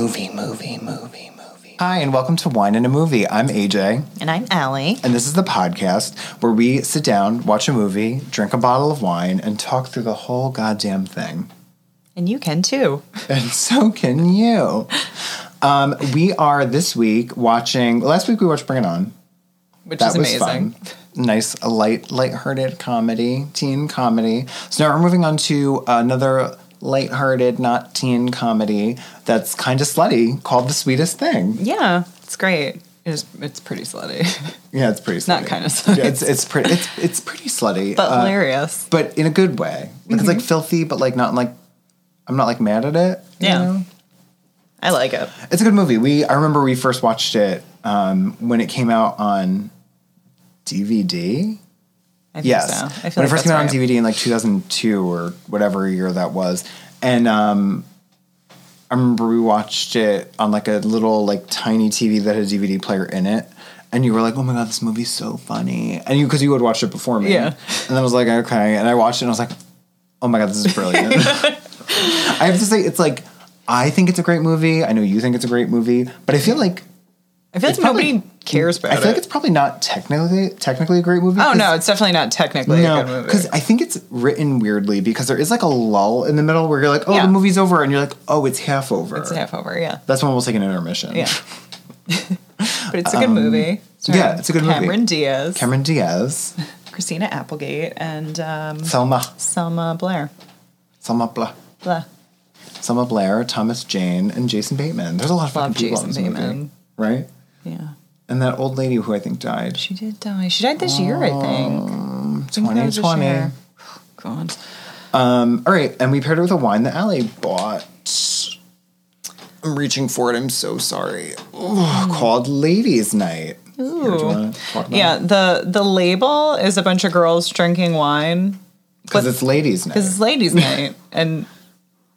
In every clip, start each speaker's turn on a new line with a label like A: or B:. A: movie, movie, movie. Hi, and welcome to Wine and a Movie. I'm AJ,
B: And I'm Allie.
A: and this is the podcast where we sit down, watch a movie, drink a bottle of wine, and talk through the whole goddamn thing.
B: And you can too.
A: And so can you. Um, we are this week watching, last week we watched Bring It On.
B: Which
A: That
B: is
A: was
B: amazing.
A: fun. Nice, light, lighthearted comedy, teen comedy. So now we're moving on to another lighthearted, not teen comedy that's kind of slutty called The Sweetest Thing.
B: Yeah, it's great. It's it's pretty slutty.
A: Yeah, it's pretty slutty.
B: Not kinda slutty.
A: Yeah, it's it's pretty it's it's pretty slutty.
B: But Mm-hmm.
A: uh,
B: hilarious.
A: but in a good way. Like It's like filthy, but like not like I'm not like mad at it. you
B: Yeah.
A: know?
B: I like it.
A: It's a good movie. We I remember we first watched it um, when it came out on DVD.
B: I think
A: Yes.
B: so. I
A: when
B: feel like
A: it first
B: that's
A: came out
B: right.
A: on DVD in like 2002 or whatever year that was. And um, I remember we watched it on like a little like tiny TV that had a DVD player in it. And you were like, oh my God, this movie's so funny. And you, because you had watched it before me.
B: Yeah.
A: And I was like, okay. And I watched it and I was like, oh my God, this is brilliant. I have to say, it's like, I think it's a great movie. I know you think it's a great movie, but I feel like
B: I feel like
A: it's probably-
B: nobody cares about
A: I feel
B: it.
A: like it's probably not technically technically a great movie.
B: oh
A: 'cause-
B: no, it's definitely not technically a
A: no,
B: good movie.
A: because I think it's written weirdly because there is like a lull in the middle where you're like, oh,
B: Yeah.
A: the movie's over, and you're like, oh, it's half over.
B: It's half over, yeah.
A: That's when we'll take an intermission.
B: Yeah. but it's a good movie. Starring
A: Um, yeah, it's a good movie.
B: Cameron Diaz,
A: Cameron Diaz,
B: Mm-hmm. Christina Applegate, and um,
A: Selma,
B: Selma Blair.
A: Selma Blair,
B: Blah.
A: Selma Blair, Thomas Jane, and Jason Bateman. There's a lot of
B: Love
A: fucking people in this
B: Jason Bateman.
A: movie, right?
B: Yeah.
A: And that old lady who I think died.
B: She did die. She died this year, I think.
A: Um,
B: I think that was this
A: 2020.
B: year. Oh, God.
A: All right, and we paired it with a wine that Allie bought. I'm reaching for it. I'm so sorry.
B: Mm.
A: Ugh, Called Ladies Night. Ooh. Do you wanna talk about it?
B: Yeah, the the label is a bunch of girls drinking wine
A: Because it's ladies' night.
B: because it's ladies' night, and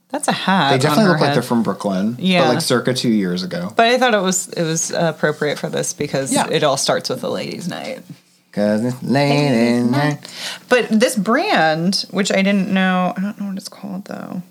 B: that's a hat.
A: They
B: on
A: definitely
B: her
A: look like
B: head.
A: they're from Brooklyn.
B: Yeah.
A: But like circa two years ago.
B: But I thought it was it was appropriate for this because
A: Yeah.
B: it all starts with a ladies' night.
A: Because it's late night.
B: But this brand, which I didn't know, I don't know what it's called though.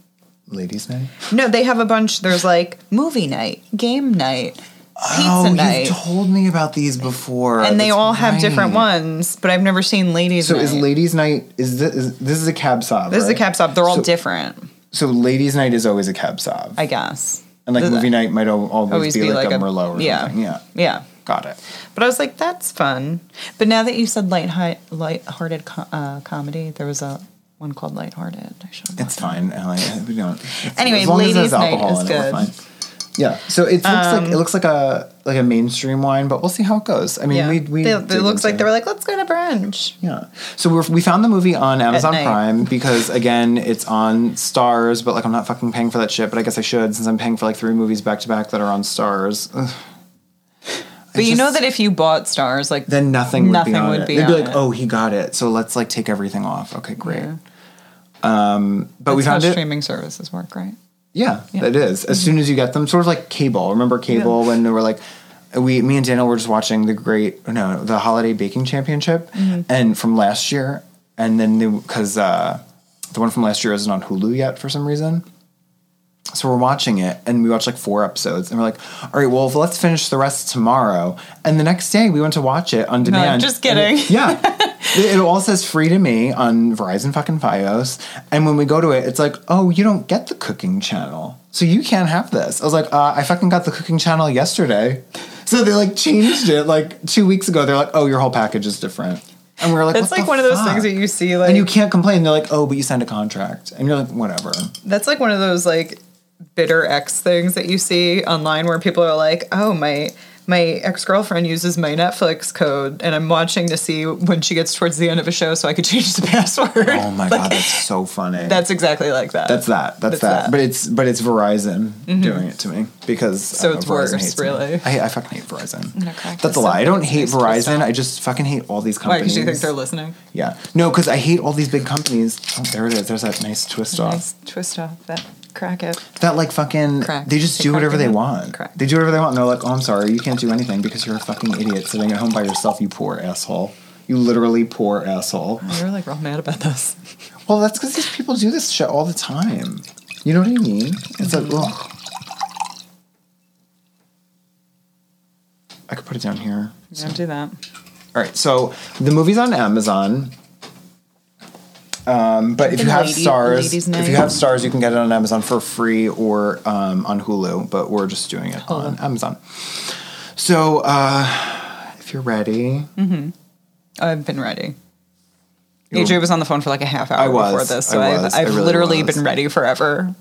A: Ladies' night?
B: No, they have a bunch. There's like movie night, game night, pizza
A: oh,
B: night,
A: you told me about these before.
B: and they
A: That's
B: all have
A: right.
B: different ones. But I've never seen ladies'
A: So
B: night.
A: is ladies' night, is this, is, this is a cab sob,
B: this is a
A: right?
B: cab stop. They're all
A: So-
B: different,
A: So ladies' night is always a cab sob.
B: I guess.
A: and like
B: Does-
A: movie night might al- always,
B: always
A: be, like, a Merlot or
B: yeah.
A: something. Yeah.
B: Yeah.
A: Got it.
B: But I was like, that's fun. But now that you said light lighthearted co- uh, comedy, there was a one called lighthearted. I should have.
A: It's fine. Allie. We don't.
B: Anyway,
A: as long as
B: ladies'
A: there's
B: night
A: alcohol
B: is
A: in it, we're
B: good. Um,
A: fine. Yeah, so it looks like it looks like a like a mainstream wine, but we'll see how it goes. I mean,
B: Yeah.
A: we we
B: They-
A: dig
B: it looks like
A: into
B: they were like, let's go to brunch.
A: Yeah. So we're, we found the movie on Amazon
B: night.
A: Prime because again, it's on Stars, but like I'm not fucking paying for that shit. But I guess I should since I'm paying for like three movies back to back that are on Stars. Ugh.
B: But you
A: just-
B: know that if you bought stars, like
A: Then nothing would
B: Nothing
A: be on
B: would
A: it.
B: be
A: They'd be
B: on
A: like,
B: it.
A: "Oh, he got it." So let's like take everything off. Okay, great.
B: Yeah.
A: Um, but we
B: that's how
A: found it.
B: streaming services work, right?
A: Yeah, it is. As soon as you get them, sort of like cable. Remember cable when they were like, we, me and Daniel were just watching the great, no, the holiday baking championship, and from last year, and then because uh, the one from last year isn't on Hulu yet for some reason. So we're watching it, and we watched like four episodes, and we're like, "All right, well, if let's finish the rest tomorrow." And the next day, we went to watch it on demand.
B: just
A: and it-
B: kidding.
A: yeah. It it all says free to me on Verizon fucking Fios. And when we go to it, it's like, oh, you don't get the cooking channel. So you can't have this. I was like, uh, I fucking got the cooking channel yesterday. So they like changed it like two weeks ago. They're like, oh, your whole package is different. And we are like,
B: That's
A: what
B: like
A: the
B: one of those
A: fuck?
B: things that you see, like
A: And you can't complain. They're like, oh, but you signed a contract. And you're like, whatever.
B: that's like one of those like bitter ex things that you see online where people are like, "Oh, my my ex-girlfriend uses my Netflix code and I'm watching to see when she gets towards the end of a show so I could change the password."
A: Oh my
B: Like,
A: God, that's so funny.
B: That's exactly like that.
A: that's that. That's, that.
B: That's that. Mm-hmm.
A: But it's but it's Verizon doing it to me because uh, so
B: it's worse, really.
A: I, I fucking hate Verizon.
B: gonna crack
A: That's
B: this
A: a lie. I
B: open.
A: don't hate
B: It's pissed
A: Verizon. I just fucking hate all these
B: Why?
A: companies.
B: Because you think they're listening?
A: Yeah. No, because I hate all these big companies. Oh, there it is. There's that nice twist off.
B: Nice twist off that. Crack it.
A: That like fucking.
B: Crack.
A: They just
B: They
A: do
B: crack
A: whatever
B: it.
A: they want.
B: Crack.
A: They do whatever they want. And they're like, oh, I'm sorry, you can't do anything because you're a fucking idiot sitting at home by yourself. You poor asshole. You literally poor asshole.
B: Oh, You're like real mad about this.
A: Well, that's because these people do this shit all the time. You know what I mean? It's like, ugh. I could put it down here. So-
B: Don't do that.
A: All right, so the movie's on Amazon. Um, but if you
B: Something
A: have
B: lady-
A: stars,
B: ladies'
A: if you
B: night.
A: have stars, you can get it on Amazon for free or um, on Hulu. But we're just doing it on Amazon. So uh, if you're ready,
B: I've been ready.
A: You
B: AJ was on the phone for like a half hour
A: I was.
B: before this, so
A: I
B: I've,
A: was. I
B: I've
A: really
B: literally
A: was.
B: been ready forever.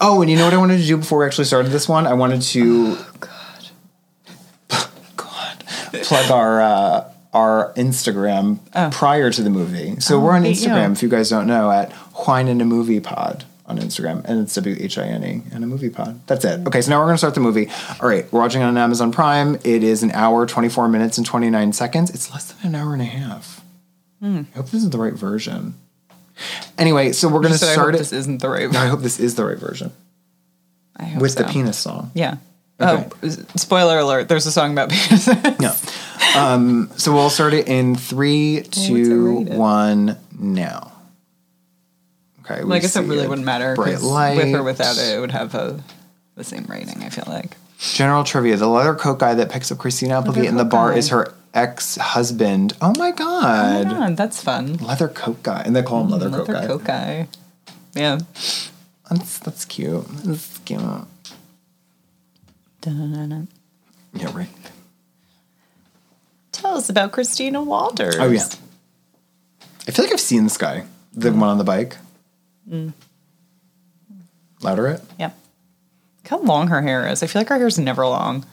A: Oh, and you know what I wanted to do before we actually started this one? I wanted to.
B: Oh,
A: God. Plug our uh, our Instagram prior to the movie. So we're on
B: hey, Oh. yeah.
A: Instagram, if you guys don't know, at Whine and a Movie Pod on Instagram. And it's W H I N E and a Movie Pod. That's it. Okay, so now we're going to start the movie. All right, we're watching it on Amazon Prime. It is an hour, 24 minutes, and 29 seconds. It's less than an hour and a half.
B: Hmm.
A: I hope this is the right version. Anyway, so we're going to
B: so I hope
A: start
B: this
A: it.
B: isn't the right.
A: I hope this is the right version
B: I hope
A: with
B: so.
A: the penis song.
B: Yeah.
A: Okay.
B: Oh, s- spoiler alert! There's a song about penis.
A: No. Um, so we'll start it in three, two,
B: rated?
A: one, now. Okay. we
B: I guess it
A: see
B: really
A: a
B: wouldn't matter. 'cause
A: Bright light.
B: With or without it, it would have a, the same rating. I feel like.
A: General trivia: The leather coat guy that picks up Christina Applegate in the
B: coat
A: bar
B: guy.
A: is her ex-husband. Oh my god.
B: Come on, that's fun.
A: Leather coat guy, and they call him leather,
B: Another
A: coat guy.
B: Mm, coke guy. Yeah.
A: That's that's cute. That's cute.
B: Dun-dun-dun-dun.
A: Yeah. Right.
B: Tell us about Christina Walters.
A: Oh yeah. I feel like I've seen this guy,
B: Mm.
A: the one on the bike. Louder it.
B: Yep. Look how long her hair is. I feel like her hair's never long.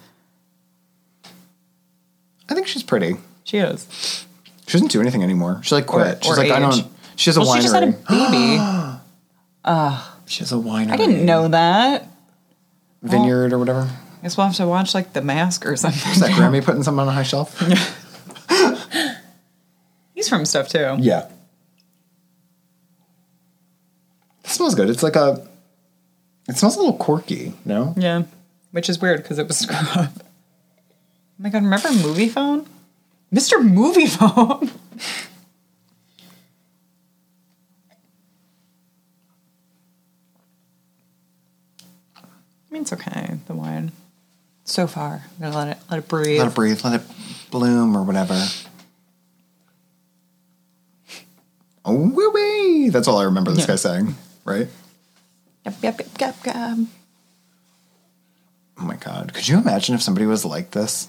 A: I think she's pretty.
B: She is.
A: She doesn't do anything anymore. She like quit.
B: Or-
A: She's
B: or
A: like, I
B: age.
A: don't. She has a
B: Well,
A: winery.
B: she just had a baby.
A: she has a winery.
B: I didn't know that.
A: Vineyard or whatever.
B: I guess we'll have to watch like The Mask or
A: Is
B: something.
A: that Grammy putting something on a high shelf?
B: He's from stuff too.
A: yeah. It smells good. It's like a. It smells a little quirky. No.
B: Yeah. Which is weird because it was screw up. Oh my god, remember Movie Phone? Mr. Movie Phone. I mean, it's okay. The wine, so far, I'm gonna let it let it breathe.
A: Let it breathe. Let it bloom or whatever. Oh wee wee! That's all I remember this
B: Yeah.
A: guy saying. Right.
B: Yep, yep, yep, yep, yep.
A: Oh my god! Could you imagine if somebody was like this?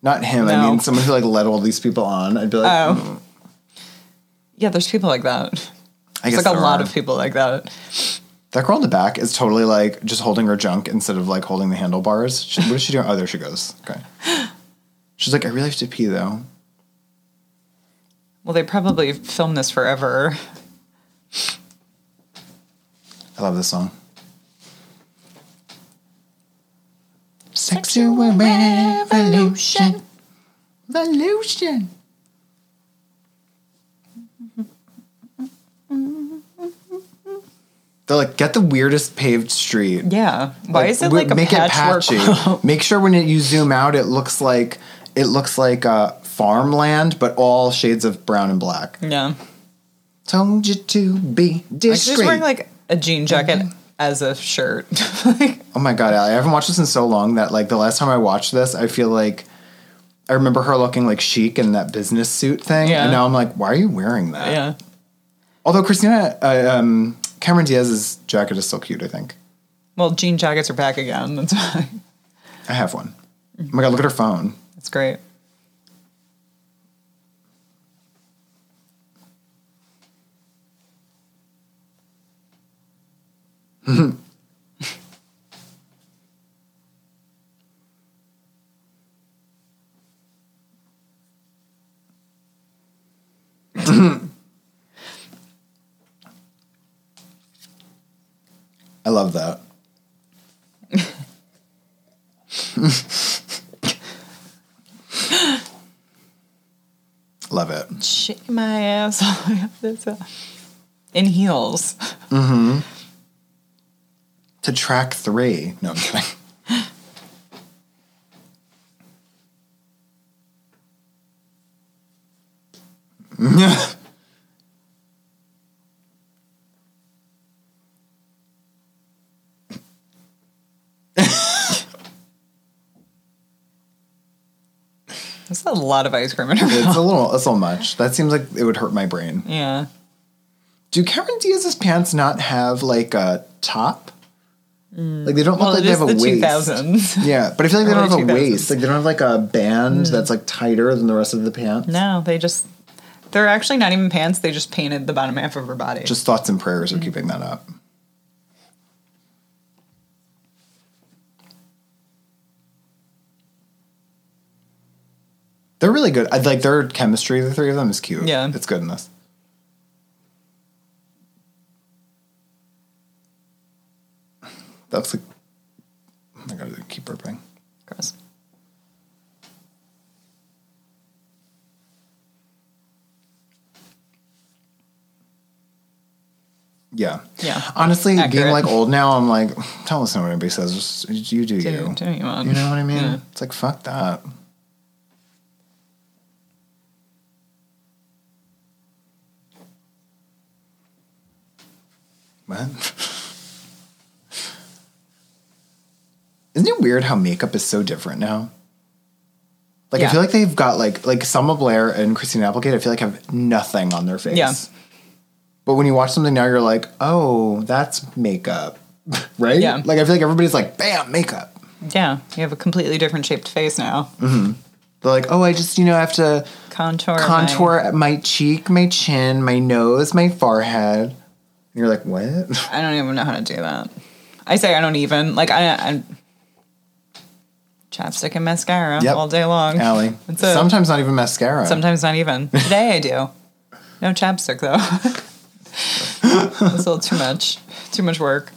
A: Not him. I
B: No.
A: mean, someone who like led all these people on. I'd be like,
B: Oh, yeah. There's people like that.
A: I
B: There's
A: guess
B: like a
A: there
B: lot
A: are.
B: of people like that.
A: That girl in the back is totally like just holding her junk instead of like holding the handlebars. She, what is she doing? Oh, there she goes. Okay. She's like, I really have to pee though.
B: Well, they probably filmed this forever.
A: I love this song. Sexual revolution. Revolution. They're like, get the weirdest paved street.
B: Yeah. Why is it
A: we-
B: like a patchwork?
A: Make sure when it, you zoom out, it looks like it looks like uh, farmland, but all shades of brown and black.
B: Yeah.
A: Told you to be
B: Like, she's
A: discreet.
B: wearing like a jean jacket
A: Mm-hmm.
B: as a shirt. like,
A: oh my god, Allie, I haven't watched this in so long that like the last time I watched this, I feel like I remember her looking like chic in that business suit thing,
B: Yeah.
A: and now I'm like, why are you wearing that?
B: yeah.
A: Although Christina, uh, um, Cameron Diaz's jacket is still cute. I think
B: Well, jean jackets are back again. That's why.
A: I have one. Oh my god, look at her phone.
B: That's great.
A: I love that. love it.
B: Shake my ass all the way up this hill. in heels.
A: To track three. No, I'm kidding.
B: That's a lot of ice cream in her mouth.
A: It's a little, it's a little much. That seems like it would hurt my brain.
B: Yeah.
A: Do Cameron Diaz's pants not have like a top? Like they don't look
B: Well,
A: like
B: it
A: they
B: is
A: have a
B: the
A: waist.
B: 2000s.
A: Yeah, but I feel like they
B: Early Mm.
A: don't have a
B: 2000s.
A: waist. Like they don't have like a band that's like tighter than the rest of the pants.
B: No, they just, they're actually not even pants. They just painted the bottom half of her body.
A: Just thoughts and prayers are
B: Mm-hmm.
A: keeping that up. They're really good. I, like their chemistry, the three of them is cute.
B: Yeah.
A: it's good in this. That's like, oh my god, I keep burping.
B: Gross.
A: Yeah,
B: Yeah.
A: Honestly, being
B: Accurate.
A: like old now, I'm like, don't listen to what anybody says. Just, you do
B: Do,
A: you.
B: do what you want.
A: You know what I mean?
B: Yeah.
A: It's like fuck that. What? Isn't it weird how makeup is so different now? Like I
B: Yeah.
A: feel like they've got like like Selma Blair and Christina Applegate. I feel like have nothing on their face.
B: Yeah.
A: But when you watch something now, you're like, oh, that's makeup, right?
B: Yeah.
A: Like I feel like everybody's like, bam, makeup.
B: Yeah. You have a completely different shaped face now.
A: Mm. They're like, oh, I just, you know, have to
B: Contour. my-
A: contour my cheek, my chin, my nose, my forehead. And you're like, what?
B: I don't even know how to do that. I say I don't even like I. I chapstick and mascara
A: Yep.
B: all day long.
A: Allie.
B: That's it.
A: Sometimes not even mascara.
B: Sometimes not even. Today I do. No chapstick though. It's a little too much. Too much work.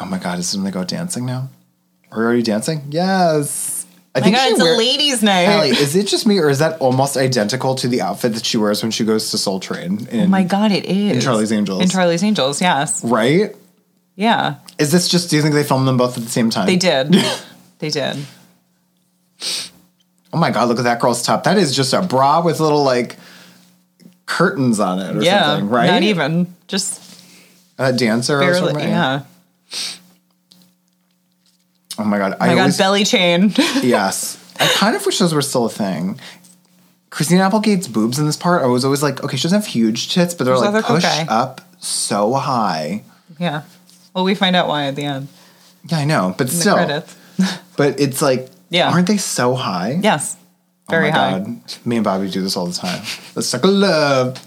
A: Oh my God, is this when they go dancing now? Are you already dancing? Yes. I
B: Oh My God,
A: she
B: it's
A: wear-
B: a ladies' night.
A: Allie, is it just me or is that almost identical to the outfit that she wears when she goes to Soul Train? In,
B: oh my God, it is. In
A: Charlie's Angels.
B: In Charlie's Angels, yes.
A: Right?
B: Yeah,
A: Is this just, do you think they filmed them both at the same time?
B: they did. they did.
A: Oh my god, look at that girl's top. That is just a bra with little like curtains on it or
B: Yeah,
A: something, right?
B: Not even. Just
A: a dancer or
B: barely.
A: something.
B: Yeah.
A: Oh my god.
B: I
A: I
B: got
A: always
B: belly chain.
A: yes. I kind of wish those were still a thing. Christina Applegate's boobs in this part, I was always like, okay, she doesn't have huge tits, but they're
B: She's
A: like
B: like,
A: pushed
B: okay.
A: up so high.
B: yeah. Well, we find out why at the end.
A: Yeah, I know, but
B: in the
A: still.
B: credits.
A: But it's like,
B: Yeah.
A: aren't they so high?
B: Yes.
A: Oh
B: Very
A: my
B: high.
A: God. Me and Bobby do this all the time. Let's suck a love.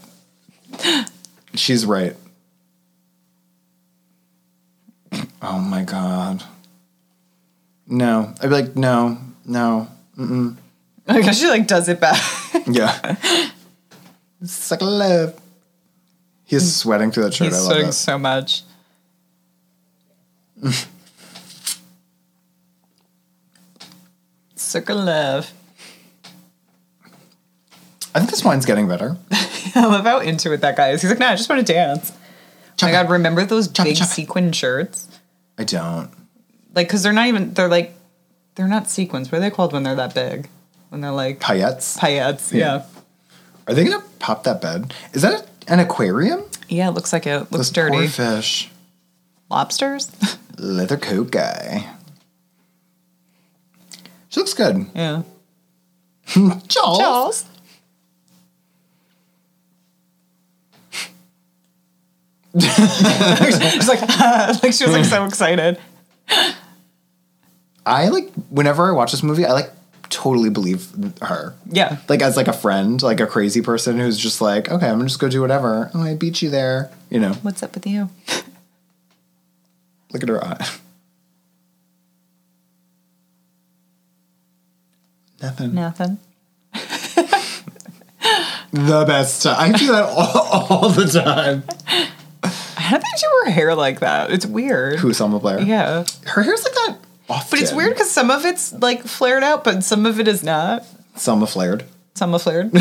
A: She's right. Oh my God. No. I'd be like, no, no.
B: Like, she like does it back.
A: Yeah. suck a love. He is sweating through that shirt.
B: He's
A: I love
B: sweating
A: that.
B: so much. Circle love.
A: I think this wine's getting better.
B: I love how into it that guy is. He's like, no, I just want to dance. oh
A: Chop
B: my
A: it.
B: god, remember those
A: Chop it,
B: big
A: chop it.
B: sequin shirts?
A: I don't.
B: Like, because they're not even, they're like, they're not sequins. What are they called when they're that big? When they're like
A: Payettes.
B: paillettes. Yeah.
A: Are they going to pop that bed? Is that an aquarium?
B: yeah. it looks like it. Looks
A: Those poor
B: dirty.
A: fish.
B: Lobsters?
A: leather coat guy. She looks good.
B: yeah.
A: Charles.
B: Charles. She's like, like she was like so excited.
A: I like whenever I watch this movie, I like totally believe her.
B: Yeah.
A: Like as like a friend, like a crazy person who's just like, okay, I'm just gonna do whatever. Oh, I beat you there. You know,
B: What's up with you?
A: look at her eye. Nothing.
B: Nothing.
A: The best time. I do that all, all the time.
B: How did you wear hair like that? It's weird.
A: Who's Selma Blair?
B: Yeah.
A: Her hair's like that often.
B: But it's weird because some of it's like flared out, but some of it is not.
A: Selma flared.
B: Some are flared.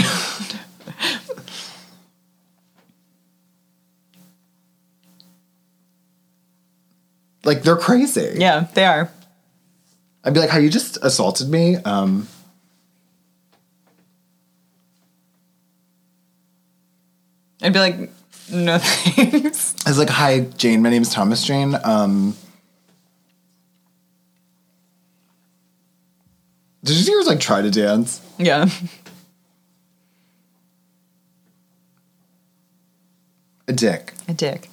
A: Like they're crazy.
B: yeah, they are.
A: I'd be like, "How you just assaulted me?" Um,
B: I'd be like, no thanks.
A: I was like, "Hi, Jane. My name's Thomas Jane." Um, Did you see her like try to dance?
B: Yeah.
A: A dick.
B: A dick.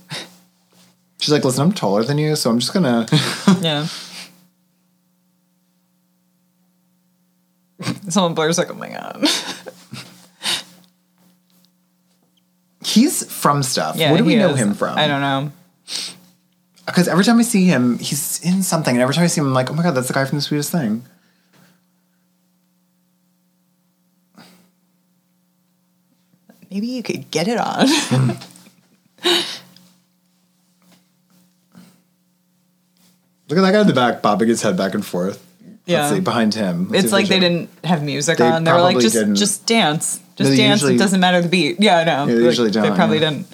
A: She's like, listen, I'm taller than you, so I'm just gonna.
B: Yeah. Someone Blair's like, oh my god.
A: He's from stuff. what do we
B: he
A: know
B: is.
A: him from?
B: I don't know.
A: Because every time I see him, he's in something, and every time I see him, I'm like, oh my god, that's the guy from The Sweetest Thing.
B: Maybe you could get it on.
A: Look at that guy in the back, bobbing his head back and forth.
B: Yeah.
A: Let's see, behind him. Let's see
B: it's
A: if
B: like they
A: there's a-
B: didn't have music
A: They
B: on. They were like,
A: probably
B: just
A: didn't.
B: just dance. Just
A: they
B: dance.
A: usually-
B: it doesn't matter the beat. Yeah, I know.
A: Yeah, they usually
B: They
A: don't,
B: probably
A: yeah.
B: didn't.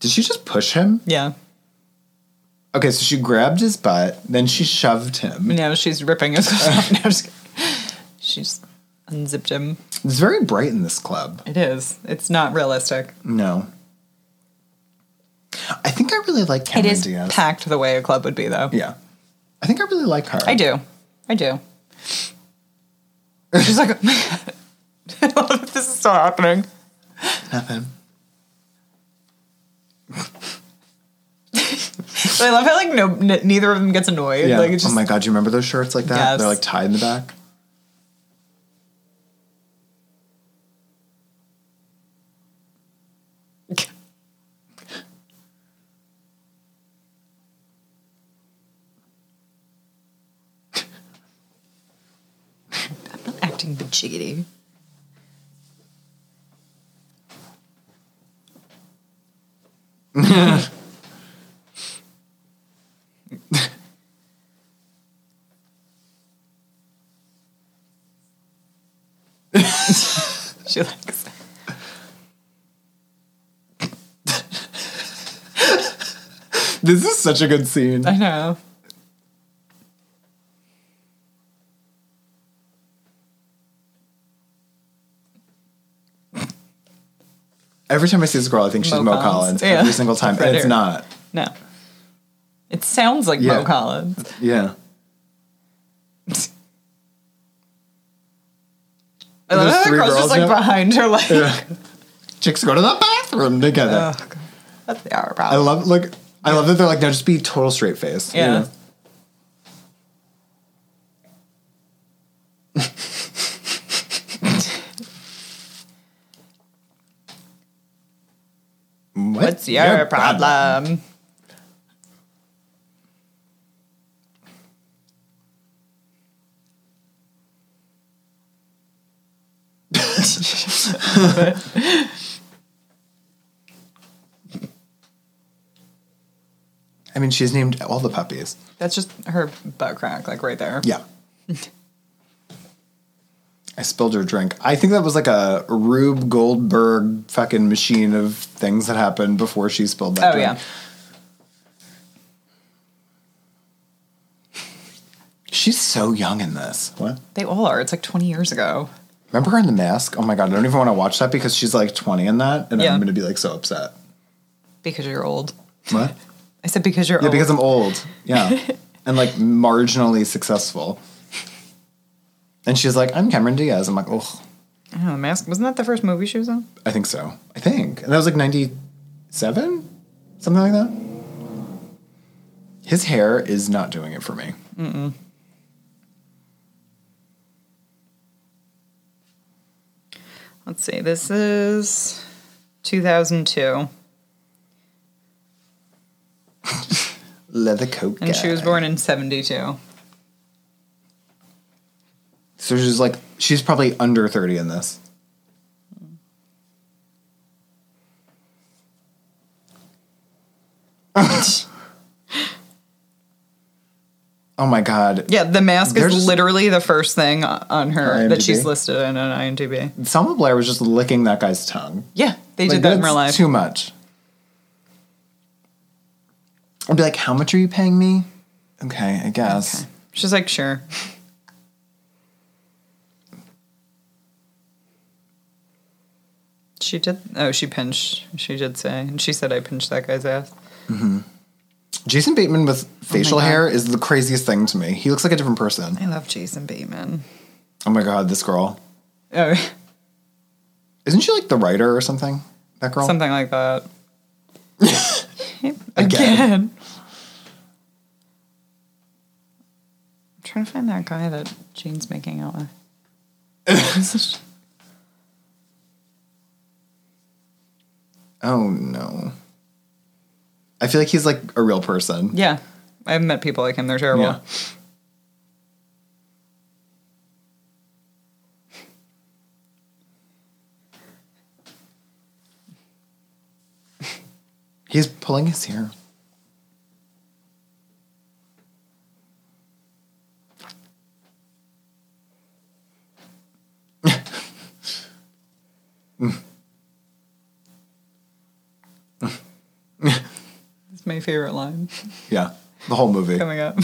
A: Did she just push him?
B: Yeah.
A: Okay, so she grabbed his butt, then she shoved him.
B: Now she's ripping his clothes off. No, I'm just kidding. she's unzipped him.
A: It's very bright in this club.
B: It is. It's not realistic.
A: No. I think I really like
B: It
A: Cameron
B: is
A: Diaz.
B: packed the way a club would be, though.
A: yeah. I think I really like her.
B: I do. I do. She's like, I love that this is still happening.
A: Nothing.
B: But I love how like no, n- neither of them gets annoyed.
A: Yeah.
B: Like it's just
A: oh my god, do you remember those shirts like that?
B: Yes.
A: They're like tied in the back.
B: acting bitchity. she likes.
A: This is such a good scene.
B: I know.
A: Every time I see this girl, I think she's
B: Mo
A: Mo,
B: Collins.
A: Collins.
B: Yeah.
A: Every single time.
B: Right
A: And it's
B: here.
A: not.
B: No. It sounds like Mo
A: Yeah.
B: Collins.
A: Yeah.
B: I love
A: Those
B: how the
A: three
B: girl's just
A: girls
B: like
A: now?
B: behind her, like.
A: Chicks go to the bathroom together.
B: Ugh, that's the hour
A: I
B: problem.
A: love look. I love that they're like, no, just be total straight face. you
B: Yeah.
A: know?
B: What's your, problem?
A: I mean, she's named all the puppies.
B: That's just her butt crack, like right there.
A: Yeah. I spilled her drink. I think that was like a Rube Goldberg fucking machine of things that happened before she spilled that
B: Oh
A: drink.
B: yeah.
A: She's so young in this. What?
B: They all are. It's like 20 years ago.
A: Remember her in The Mask? Oh my God, I don't even want to watch that because she's like 20 in that, and
B: Yeah.
A: I'm going to be like so upset.
B: Because you're old.
A: What?
B: I said because you're
A: Yeah,
B: old.
A: because I'm old. Yeah. and like marginally successful. And she's like, I'm Cameron Diaz. I'm like, oh,
B: oh, the mask. Wasn't that the first movie she was in?
A: I think so. I think. And that was like 97? Something like that. His hair is not doing it for me.
B: Let's see. This is 2002.
A: Leather coat.
B: And she was
A: guy.
B: born in 72.
A: So she's like, she's probably under 30 in this. oh my God.
B: Yeah, the mask
A: There's-
B: is literally the first thing o- on her
A: Her
B: that she's
A: IMDb?
B: listed in an IMDb.
A: Selma Blair was just licking that guy's tongue.
B: Yeah, they
A: Like,
B: did that in
A: that's
B: real life.
A: Too much. I'd be like, how much are you paying me? Okay, I guess.
B: She's like, sure. She did. Oh, she pinched. She did say, and she said, "I pinched that guy's ass."
A: Jason Bateman with facial
B: Oh God.
A: hair is the craziest thing to me. He looks like a different person.
B: I love Jason Bateman.
A: Oh my god, this girl.
B: Oh,
A: Isn't she like the writer or something? That girl?
B: something like that. Again. I'm trying to find that guy that Jane's making out with.
A: Oh no. I feel like he's like a real person.
B: yeah. I've met people like him. They're terrible.
A: Yeah. He's pulling his hair.
B: It's my favorite line
A: Yeah. The whole movie.
B: coming up.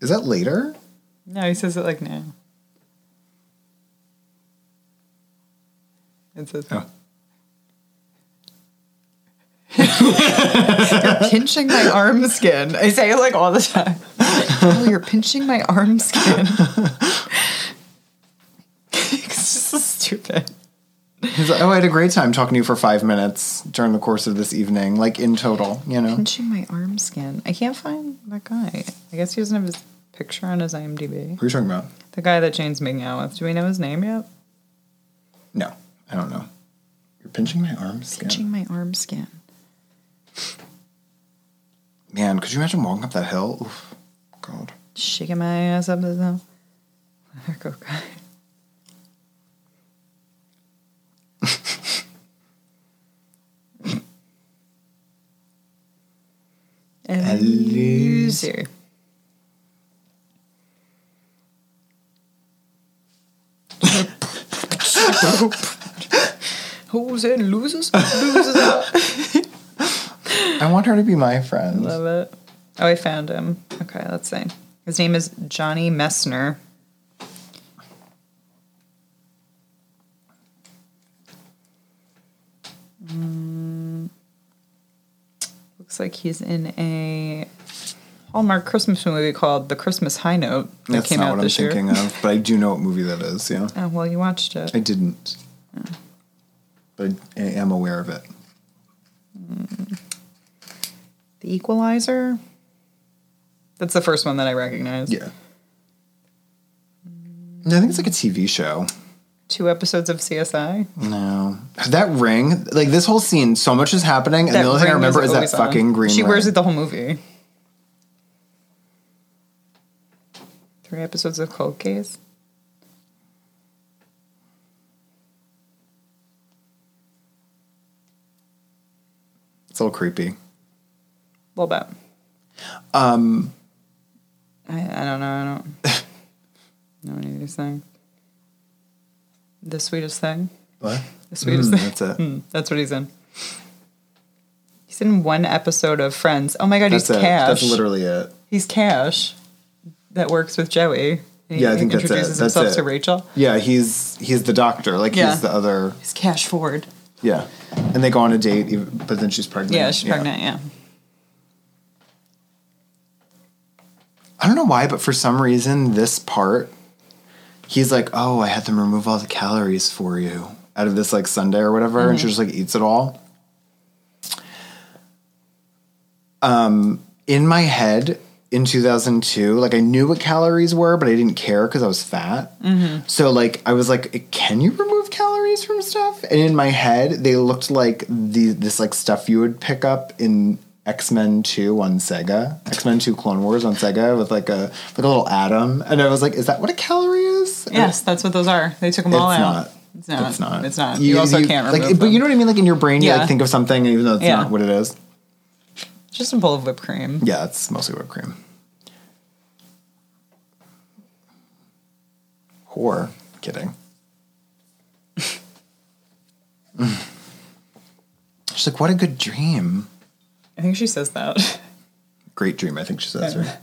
A: Is that later?
B: no, he says it like now. It says,
A: Oh.
B: pinching my arm skin. I say it like all the time. oh, you're pinching my arm skin. it's just so stupid.
A: He's like, oh, I had a great time talking to you for five minutes during the course of this evening, like in total, you know?
B: Pinching my arm skin. I can't find that guy. I guess he doesn't have his picture on his IMDb.
A: Who are you talking about?
B: The guy that Jane's making out with. Do we know his name yet?
A: No, I don't know. You're pinching my arm skin.
B: Pinching my arm skin.
A: Man, could you imagine walking up that hill? Oof, God.
B: Shaking my ass up as hell. There go guy. A loser. Who's in losers? Losers. out.
A: I want her to be my friend.
B: Love it. Oh, I found him. Okay, let's see. His name is Johnny Messner. Mm. Looks like he's in a Hallmark Christmas movie called The Christmas High Note that
A: That's
B: came
A: not
B: out
A: what I'm
B: this year.
A: thinking of, but I do know what movie that is, yeah.
B: Oh, well, you watched it.
A: I didn't. But I am aware of it.
B: The Equalizer? That's the first one that I recognize.
A: Yeah. I think it's like a TV show.
B: Two episodes of CSI.
A: No. That ring, like this whole scene, so much is happening, and
B: That
A: the only thing I
B: ring
A: remember is that
B: always on.
A: fucking green
B: She wears
A: ring.
B: it the whole movie. Three episodes of Cold Case.
A: It's a little creepy.
B: A little bit. Um, I, I don't know. I don't know any of these things. The sweetest thing.
A: What?
B: The sweetest
A: Mm,
B: thing.
A: that's it.
B: Mm, that's what he's in. He's in one episode of Friends. Oh my god,
A: That's
B: he's
A: it.
B: Cash.
A: That's literally it.
B: he's Cash. That works with Joey. And
A: Yeah, I think that's it.
B: introduces
A: That's
B: himself
A: it.
B: to Rachel.
A: Yeah, he's he's the doctor. Like
B: Yeah.
A: he's the other.
B: He's Cash Ford.
A: Yeah, and they go on a date, even- but then she's pregnant.
B: Yeah, she's pregnant. Yeah.
A: I don't know why, but for some reason, this part, he's like, "Oh, I had them remove all the calories for you out of this like Sunday or whatever," and she just like eats it all. Um, in my head, in 2002, like I knew what calories were, but I didn't care because I was fat. So like I was like, "Can you remove calories from stuff?" And in my head, they looked like the this like stuff you would pick up in X Men Two on Sega, X Men Two Clone Wars on Sega with like a like a little atom, and I was like, "Is that what a calorie is?"
B: Yes, that's what those are. They took them
A: It's
B: all out.
A: not.
B: It's not.
A: It's not.
B: It's not. You, also can't remove
A: like,
B: them.
A: But you know what I mean? Like in your brain, you
B: Yeah.
A: like think of something, even though it's
B: Yeah.
A: not what it is.
B: just a bowl of whipped cream.
A: Yeah, it's mostly whipped cream. Whore. Kidding. Mm. She's like, what a good dream.
B: I think she says that.
A: Great dream, I think she says.
B: Yeah.
A: Right?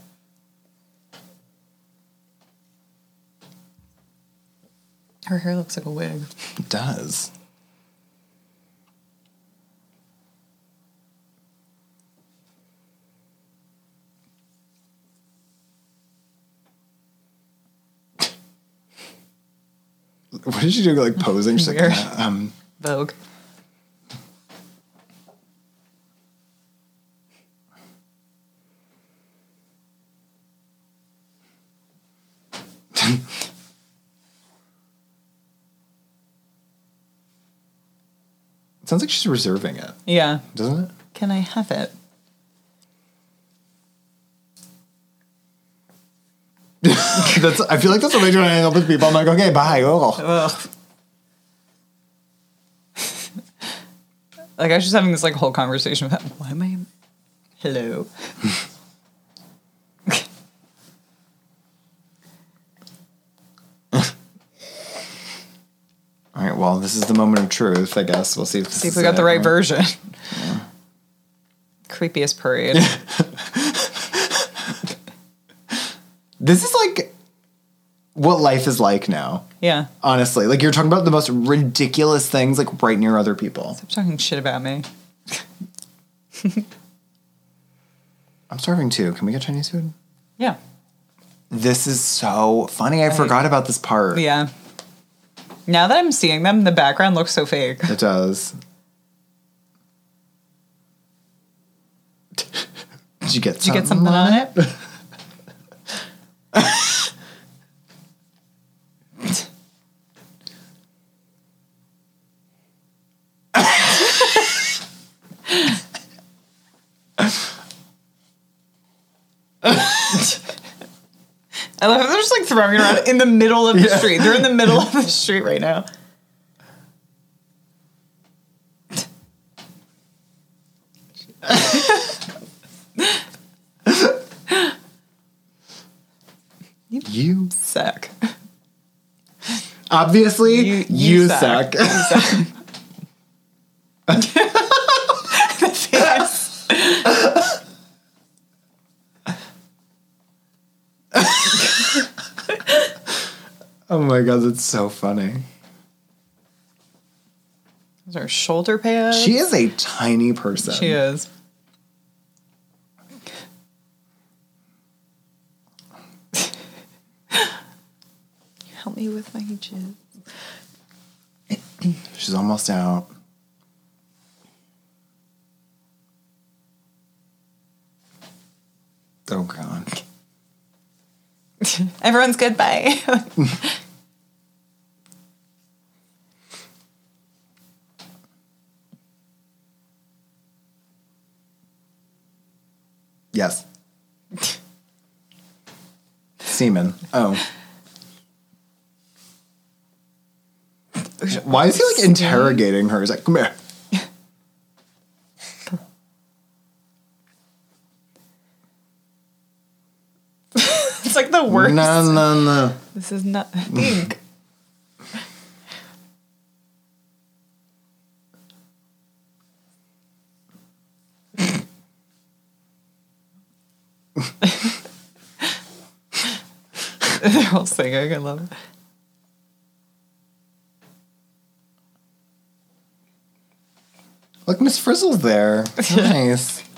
B: Her hair looks like a wig.
A: It does. What did she do? Like posing? She's like,
B: Weird.
A: "Uh, um,
B: Vogue.
A: it sounds like she's reserving it,
B: Yeah.
A: doesn't it?
B: Can I have it?
A: that's. I feel like that's what they do when I hang up with people. I'm like, okay, bye. Oh.
B: Ugh. like I was just having this like whole conversation about why am I hello?
A: All right. Well, this is the moment of truth. I guess we'll see if this
B: See if
A: is
B: we got the
A: it,
B: right version. Creepiest parade.
A: This is like what life is like now.
B: yeah.
A: Honestly, like you're talking about the most ridiculous things, like right near other people.
B: Stop talking shit about me.
A: I'm starving too. Can we get Chinese food?
B: Yeah.
A: This is so funny. I forgot about this part.
B: Yeah. Now that I'm seeing them, the background looks so fake.
A: It does. Did you get?
B: Did you get something on it? I love how they're just like throwing it around in the middle of the
A: Yeah.
B: street. They're in the middle of the street right now.
A: You
B: Suck.
A: obviously you,
B: You- you
A: suck.
B: suck. Yes.
A: oh my god, that's so funny.
B: Those are shoulder pads.
A: She is a tiny person.
B: She is. Help me with my jizz.
A: She's almost out. Oh god.
B: Everyone's goodbye.
A: Yes. Semen. Oh. Why is he like interrogating her? He's like, come here.
B: it's like the worst.
A: No, no, no.
B: This is not ink. They're all singing. I love it.
A: Look, Miss Frizzle's there. Nice.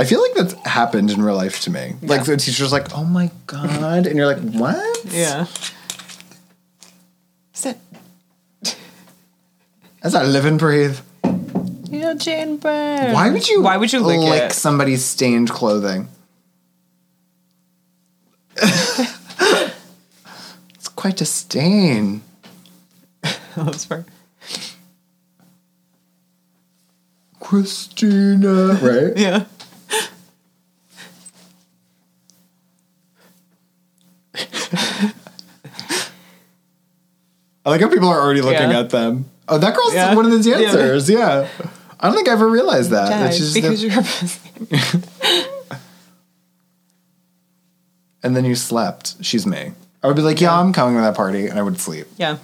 A: I feel like that's happened in real life to me. Like the teacher's like, "Oh my god," and you're like, "What?"
B: Yeah. Sit.
A: As I live and breathe.
B: Eugene Burns.
A: Why would you?
B: Mm-hmm. Why would you lick, it?
A: somebody's stained clothing? it's quite a stain.
B: Those were-
A: Christina, right?
B: Yeah.
A: I like how people are already looking
B: Yeah.
A: at them. Oh, that girl's
B: Yeah.
A: one of the
B: Yeah.
A: dancers. Yeah. I don't think I ever realized that. that she's
B: Died
A: just Uh, the-
B: because you're a pussy.
A: and then you slept. She's me. I would be like, yeah, I'm coming to that party, and I would sleep.
B: Yeah.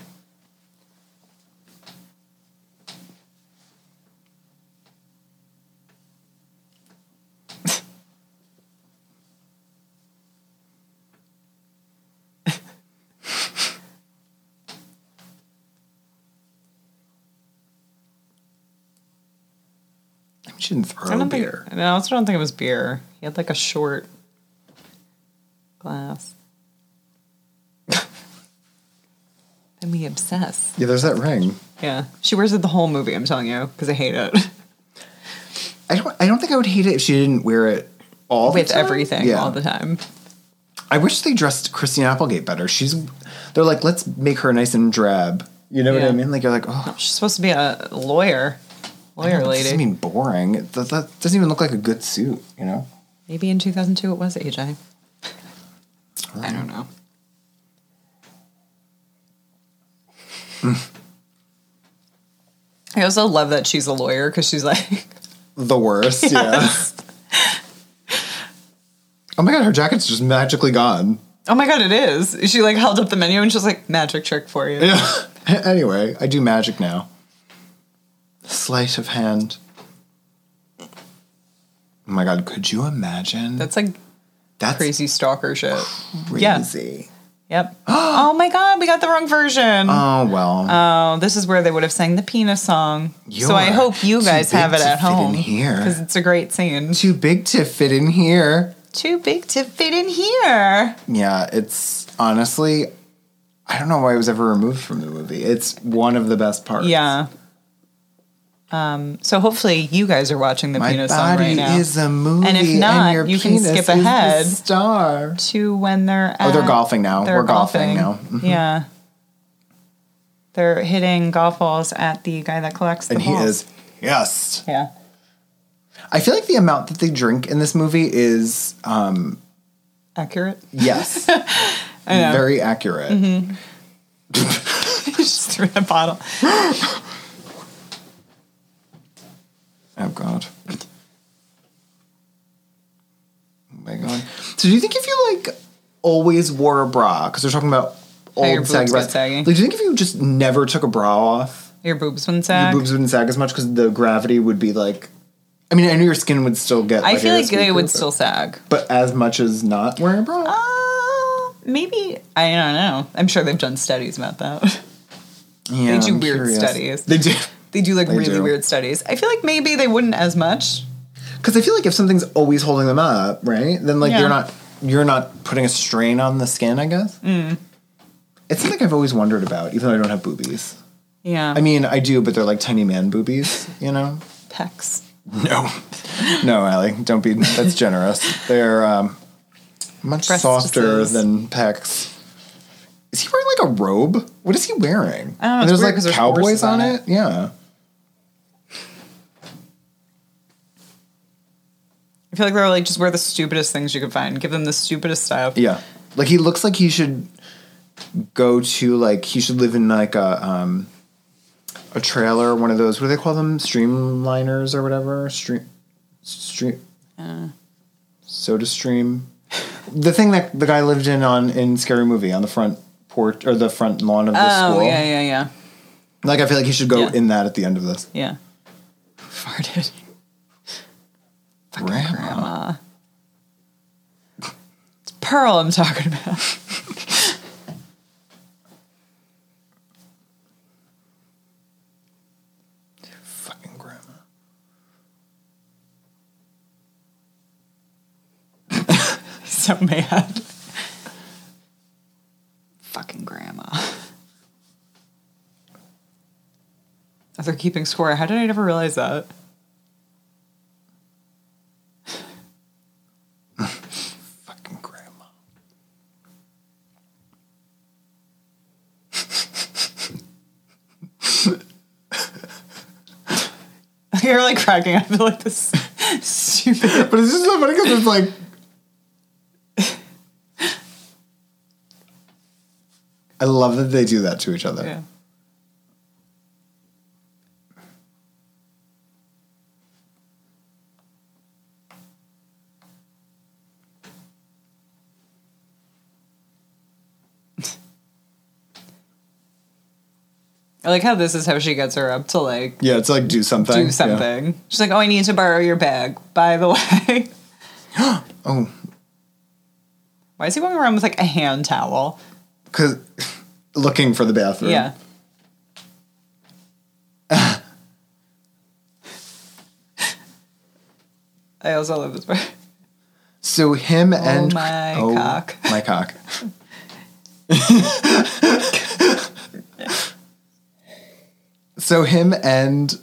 A: I mean, she didn't throw
B: I don't think.
A: beer.
B: I also don't think it was beer. He had like a short glass. and we obsess.
A: Yeah, there's that ring.
B: Yeah, she wears it the whole movie. I'm telling you, because I hate it
A: I don't. I don't think I would hate it if she didn't wear it all the
B: with
A: time.
B: everything all the time.
A: I wish they dressed Christine Applegate better. She's. They're like, let's make her nice and drab. You know what
B: Yeah.
A: I mean? Like you're like, oh,
B: She's supposed to be a lawyer, lawyer
A: this
B: lady.
A: doesn't mean boring. That, that doesn't even look like a good suit. You know.
B: Maybe in 2002 it was AJ. I don't know.
A: Mm.
B: I also love that she's a lawyer because she's like,
A: The worst. Yeah. oh my god, her jacket's just magically gone.
B: oh my God, it is. She like held up the menu and she's like, magic trick for you.
A: Yeah. anyway, I do magic now. Sleight of hand. Oh my god, could you imagine?
B: That's like
A: That's
B: crazy stalker shit. yeah.
A: crazy.
B: Yep. oh my God, we got the wrong version.
A: Oh well.
B: Oh, this is where they would have sang the penis song. so I
A: You're
B: hope you
A: too
B: guys have
A: big
B: it
A: to
B: at
A: fit in
B: home
A: here.
B: because it's a great scene.
A: Too big to fit in here.
B: Too big to fit in here.
A: Yeah, it's honestly I don't know why it was ever removed from the movie. It's one of the best parts.
B: Yeah. Um, so hopefully you guys are watching the
A: My
B: penis song
A: body
B: right now.
A: is a movie, and if not, your you can skip ahead. star.
B: to when they're at,
A: Oh, they're golfing now. We're golfing now. Mm-hmm.
B: Yeah. They're hitting golf balls at the guy that collects the
A: And he
B: balls.
A: is yes.
B: Yeah.
A: I feel like the amount that they drink in this movie is uh,
B: Accurate.
A: yes, very accurate.
B: Just threw in a bottle.
A: Oh god. Oh my god. So do you think if you like always wore a bra because they're talking about
B: How your
A: old saggy
B: boobs
A: bras?
B: get saggy.
A: Like, do you think if you just never took a bra off,
B: Your boobs wouldn't
A: your
B: sag.
A: boobs wouldn't sag as much because the gravity would be like? I mean, I know your skin would still get.
B: I feel
A: it
B: like
A: is
B: they
A: weaker,
B: would
A: but-
B: still sag.
A: but as much as not wearing a bra.
B: Uh, maybe I don't know. I'm sure they've done studies about that.
A: yeah,
B: do weird studies.
A: They do.
B: They do like really
A: do.
B: weird studies. I feel like maybe they wouldn't as much.
A: Because I feel like if something's always holding them up, right? Then like
B: Yeah.
A: you're not you're not putting a strain on the skin, I guess.
B: Mm.
A: It's something I've always wondered about, even though I don't have boobies.
B: Yeah.
A: I mean, I do, but they're like tiny man boobies, you know?
B: pecs.
A: No, no, Allie, don't be. That's generous. They're um, much
B: Breast
A: softer
B: disease.
A: than pecs. Is he wearing like a robe? What is he wearing?
B: I don't know,
A: And
B: it's
A: There's
B: weird
A: like
B: 'cause there's
A: cowboys
B: horses
A: on
B: on
A: it.
B: it.
A: Yeah.
B: I feel like they're like just wear the stupidest things you could find. Give them the stupidest stuff.
A: Yeah. Like he looks like he should go to like he should live in like a um a trailer, one of those what do they call them? Streamliners or whatever? Stream stream soda stream. The thing that the guy lived in on in Scary Movie on the front porch or the front lawn of the
B: Oh
A: school.
B: yeah, yeah, yeah,
A: Like I feel like he should go
B: Yeah.
A: in that at the end of this.
B: yeah. Farted.
A: Grandma.
B: It's Pearl I'm talking about.
A: Fucking grandma.
B: so mad. Fucking grandma. Oh, they're keeping score. How did I never realize that?
A: Fucking grandma.
B: You're like cracking. I feel like this stupid.
A: But it's just so funny because it's like I love that they do that to each other.
B: Yeah. I like how this is how she gets her up to like
A: Yeah, it's like do something.
B: do
A: Yeah.
B: something. She's like, "Oh, I need to borrow your bag." By the way,
A: Oh,
B: why is he walking around with like a hand towel?
A: because looking for the bathroom.
B: Yeah. I also love this part.
A: So him and
B: Oh
A: oh
B: my cock.
A: my cock. so him and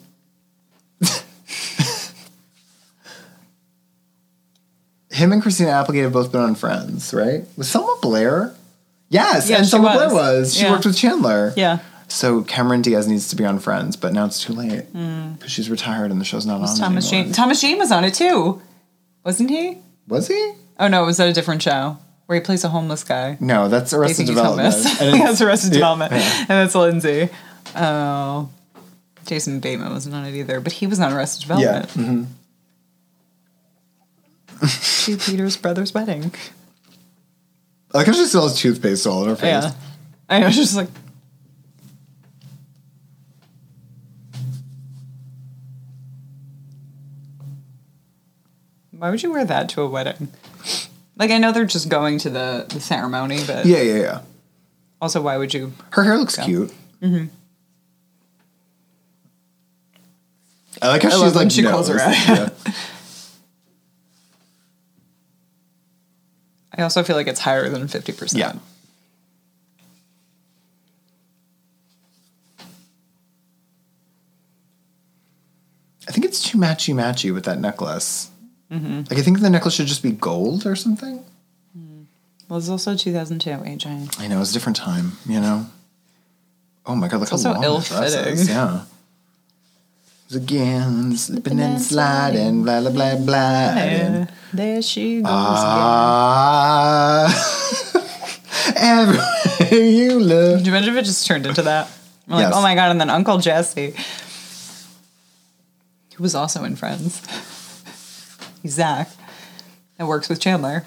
A: him and Christina Applegate have both been on Friends, right? Was Selma Blair? Yes,
B: Yeah,
A: and
B: she
A: Selma
B: was.
A: Blair was. She
B: Yeah.
A: worked with Chandler.
B: Yeah.
A: So Cameron Diaz needs to be on Friends, but now it's too late because she's retired and the show's not on.
B: Mm. Thomas
A: anymore.
B: Jane. Thomas Jane was on it too, wasn't he?
A: was he?
B: Oh no, it was at a different show where he plays a homeless guy.
A: No, that's
B: I
A: Arrested
B: think he's
A: Development.
B: homeless.
A: And it's-
B: That's Arrested
A: yeah,
B: Development, and that's Lindsay. Oh, Jason Bateman wasn't on it either, but he was on Arrested
A: Yeah.
B: Development. to Peter's brother's wedding.
A: Like she still has toothpaste all in her face.
B: Yeah. I was just like. Why would you wear that to a wedding? Like, I know they're just going to the, the ceremony, but
A: Yeah, yeah, yeah.
B: also, why would you?
A: Her hair looks cute. Mm-hmm. I like how she's
B: love when
A: like
B: she calls her
A: nose.
B: out. I also feel like it's higher than 50%.
A: yeah. yeah. I think it's too matchy matchy with that necklace.
B: Mm-hmm.
A: Like I think the necklace should just be gold or something.
B: Well, it's also 2002, AJ.
A: I know it's a different time, you know. Oh my god, look
B: It's
A: how
B: also
A: long the dress is.
B: ill-fitting.
A: Yeah. Again, slipping and sliding, blah blah blah blah.
B: There, there she goes.
A: Ah, everywhere you look.
B: Could you imagine if it just turned into that? I'm like,
A: Yes.
B: oh my god, and then Uncle Jesse, who was also in Friends, he's Zach, that works with Chandler.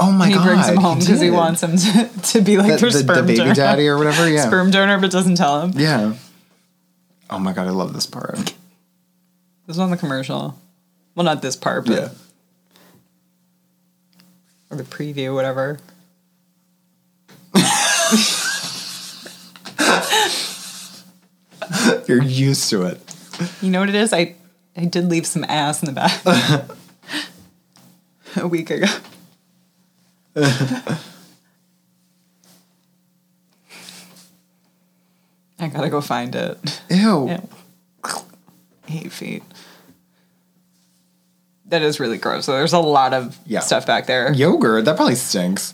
A: Oh my
B: He
A: god,
B: brings him home because he,
A: did.
B: wants him to, to be like
A: the,
B: their
A: the- the
B: sperm
A: baby
B: donor,
A: daddy or whatever. Yeah,
B: sperm donor, but doesn't tell him.
A: yeah. Oh my god, I love this part.
B: This was on the commercial. Well, not this part, but
A: Yeah.
B: or the preview, whatever.
A: You're used to it.
B: You know what it is? I I did leave some ass in the back a week ago. I gotta go find it.
A: Ew.
B: Ew. Eight feet. That is really gross. So there's a lot of
A: Yeah.
B: stuff back there.
A: Yogurt, that probably stinks.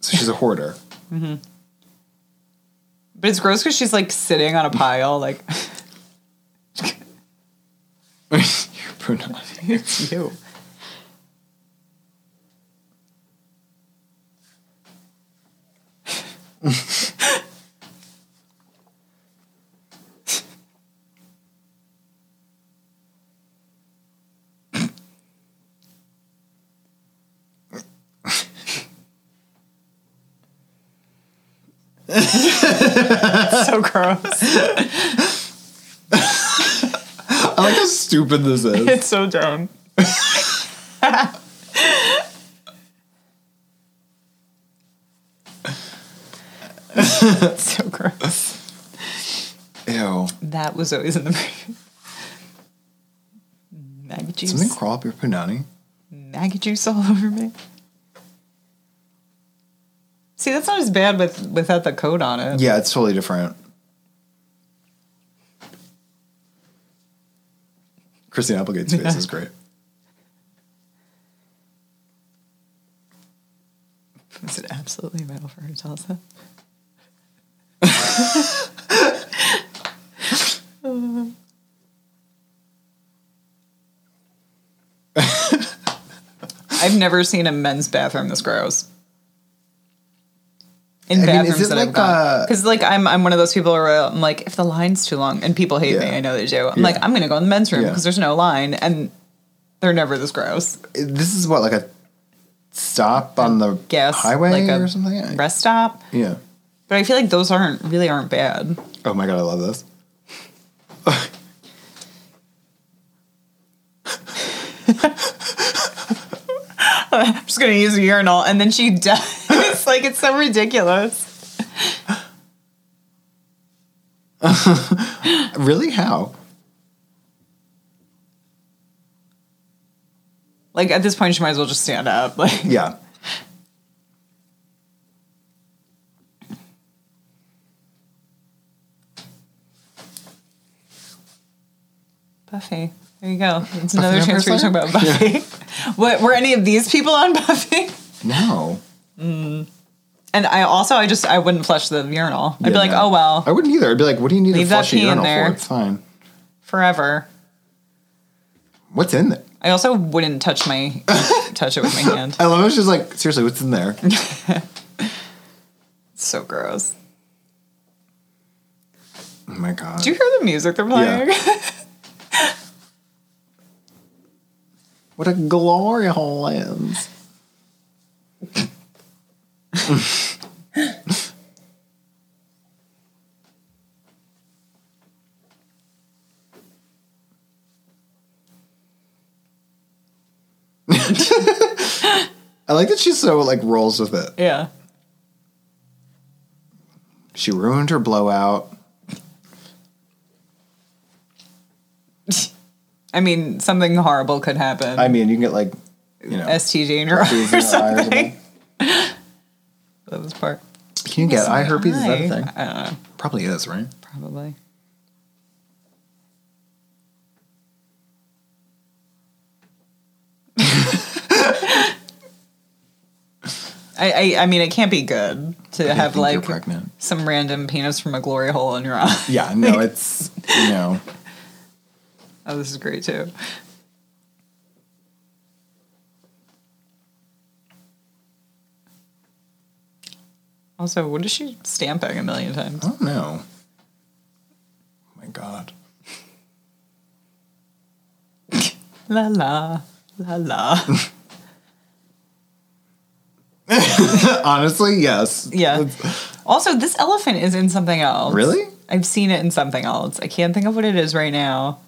A: So she's a hoarder.
B: But it's gross because she's like sitting on a pile, like
A: You're Bruno.
B: it's you. so gross.
A: I like how stupid this is.
B: It's so dumb. so gross.
A: Ew.
B: That was always in the brain. Maggot juice.
A: Something crawl up your punani?
B: Maggot juice all over me. See, that's not as bad with without the coat on it.
A: Yeah, it's totally different. Christine Applegate's face is great.
B: Is it absolutely vital for her to tell us that? I've never seen a men's bathroom this gross.
A: I mean,
B: In
A: is
B: bathrooms
A: it
B: that
A: like
B: I've gone,
A: a-
B: because like I'm, I'm one of those people where I'm like, if the line's too long, and people hate me,
A: Yeah.
B: I know they do. I'm
A: Yeah.
B: like, I'm gonna go in the men's room
A: Yeah.
B: because there's no line, and they're never this gross.
A: This is what, like a stop on the
B: Guess
A: highway
B: like a
A: or something?
B: rest stop.
A: yeah.
B: But I feel like those aren't really aren't bad.
A: Oh my god, I love this.
B: I'm just gonna use a urinal, and then she does. like it's so ridiculous.
A: Really? How?
B: Like at this point, she might as well just stand up. Like
A: Yeah.
B: Buffy. There you go. It's another
A: Buffy
B: chance for you to talk
A: Vampire
B: about Buffy. what were any of these people on Buffy?
A: No.
B: And I also I just I wouldn't flush the urinal. I'd be
A: Yeah,
B: like,
A: no.
B: oh well,
A: I wouldn't either. I'd be like, what do you need
B: Leave
A: a
B: that
A: flushy
B: pee in
A: urinal
B: there.
A: for? It's fine.
B: forever.
A: What's in there?
B: I also wouldn't touch my touch it with my hand.
A: I love it. It's just like, seriously, what's in there?
B: It's so gross.
A: Oh my god.
B: Do you hear the music they're playing?
A: what a glory hole is. I like that she so like rolls with it.
B: yeah.
A: She ruined her blowout.
B: I mean, something horrible could happen.
A: I mean, you can get like, you know,
B: STD in your
A: herpes
B: eye
A: in
B: or
A: your eye or
B: something.
A: something.
B: That was part.
A: Can you get eye herpes? Is that a
B: Eye.
A: thing?
B: I don't know.
A: Probably is, right?
B: Probably. I, I I mean it can't be good to have
A: think you're
B: like
A: pregnant.
B: some random penis from a glory hole in your eye.
A: Yeah, no, it's you know.
B: Oh, this is great too. Also, what is she stamping a million times?
A: I don't know. Oh my god.
B: La la la la.
A: Honestly, yes.
B: Yeah. Also, this elephant is in something else.
A: Really?
B: I've seen it in something else. I can't think of what it is right now.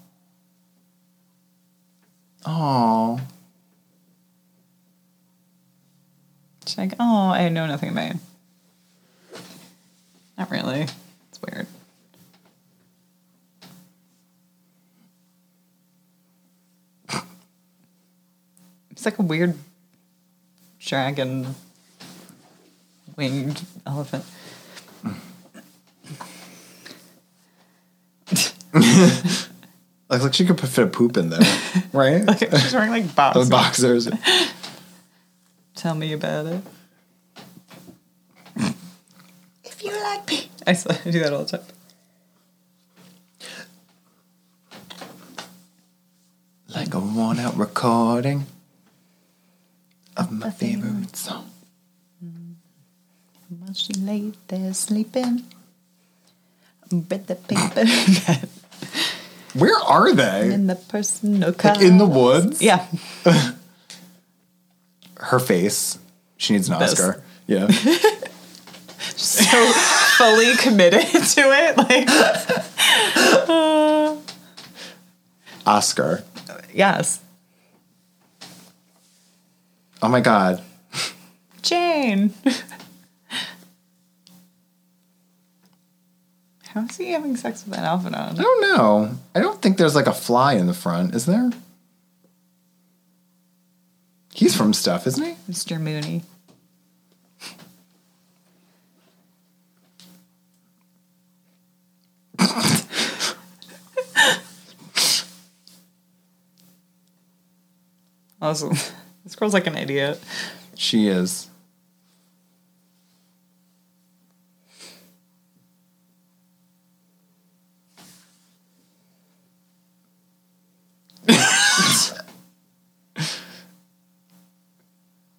A: Oh.
B: She's like, oh, I know nothing about it. Not really. It's weird. It's like a weird dragon winged elephant.
A: Like, like she could fit a poop in there, right?
B: She's wearing like box.
A: Those boxers.
B: Tell me about it.
A: If you like me.
B: I s- I do that all the time.
A: Like a worn out recording of my favorite song.
B: While she lay there sleeping, read the paper
A: Where are they?
B: in the personal car.
A: Like in the woods?
B: yeah,
A: Her face. She needs an
B: This.
A: Oscar. Yeah.
B: so fully committed to it. Like, uh,
A: Oscar.
B: yes,
A: Oh my god.
B: Jane. How is he having sex with an
A: I
B: alphanon?
A: don't know. I don't think there's like a fly in the front, is there? He's from stuff, isn't he?
B: Mr. Mooney. Also, this girl's like an idiot.
A: She is.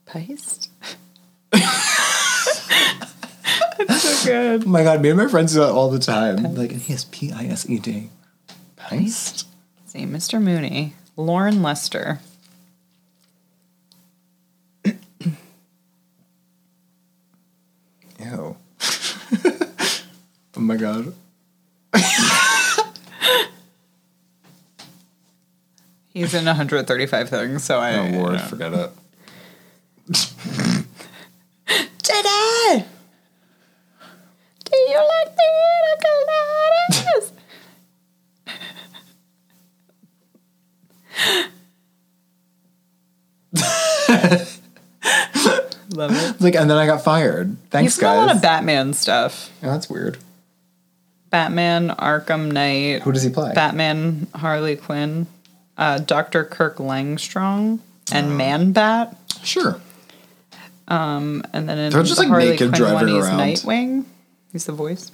B: Paste? That's so good.
A: Oh my god, me and my friends do that all the time. Like, and he has P I S E D. Peist?
B: See, Mr. Mooney, Lauren Lester.
A: Ew. Oh my god.
B: He's in 135 things, so I.
A: Oh lord, forget it.
B: Today! Do you like pina coladas? Love it.
A: Like, and then I got fired. Thanks,
B: He's got a lot
A: guys.
B: of Batman stuff.
A: Oh, that's weird.
B: Batman, Arkham Knight,
A: Who does he play?
B: Batman, Harley Quinn, uh, Dr. Kirk Langstrong, and Man Bat.
A: Sure.
B: And then in
A: They're just,
B: the
A: like,
B: Harley
A: naked
B: Quinn
A: driving
B: one, he's
A: around.
B: Nightwing. He's the voice.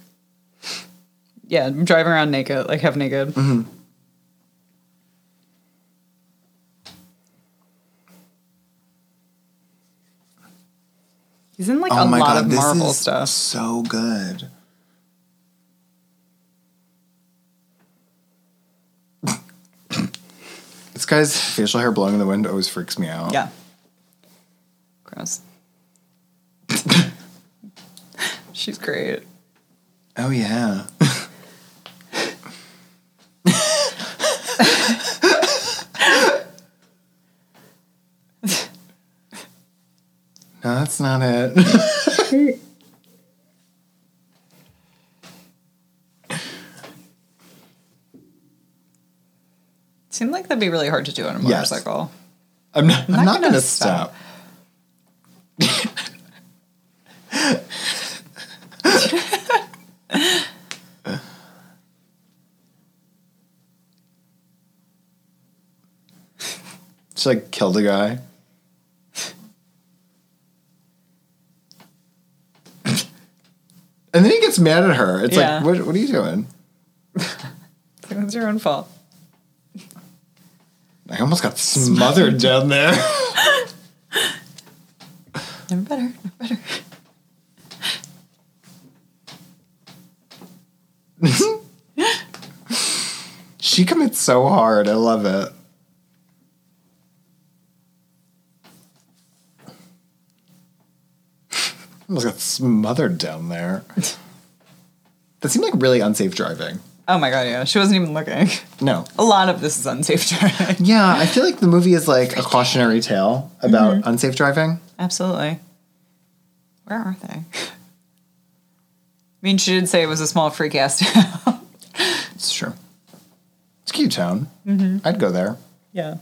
B: Yeah, driving around naked, like half naked.
A: Mm-hmm.
B: He's in like
A: Oh
B: a lot of Marvel stuff.
A: so good. this guy's facial hair blowing in the wind always freaks me out.
B: Yeah. Gross. She's great.
A: Oh yeah. no, that's not it.
B: Seemed like that'd be really hard to do on a
A: Yes.
B: motorcycle.
A: I'm not. I'm not,
B: gonna
A: gonna, stop. she like killed a guy. And then he gets mad at her. It's
B: Yeah.
A: like, what, what are you doing?
B: It's like, It's your own fault.
A: I almost got smothered down there.
B: Never better. Never better.
A: she commits so hard. I love it. Almost got smothered down there. That seemed like really unsafe driving.
B: Oh my god, yeah. She wasn't even looking.
A: No.
B: A lot of this is unsafe driving.
A: Yeah, I feel like the movie is like a cautionary tale about unsafe driving.
B: Absolutely. Where are they? I mean, she did say it was a small free gas town.
A: It's true. It's a cute town. Mm-hmm. I'd go there.
B: yeah.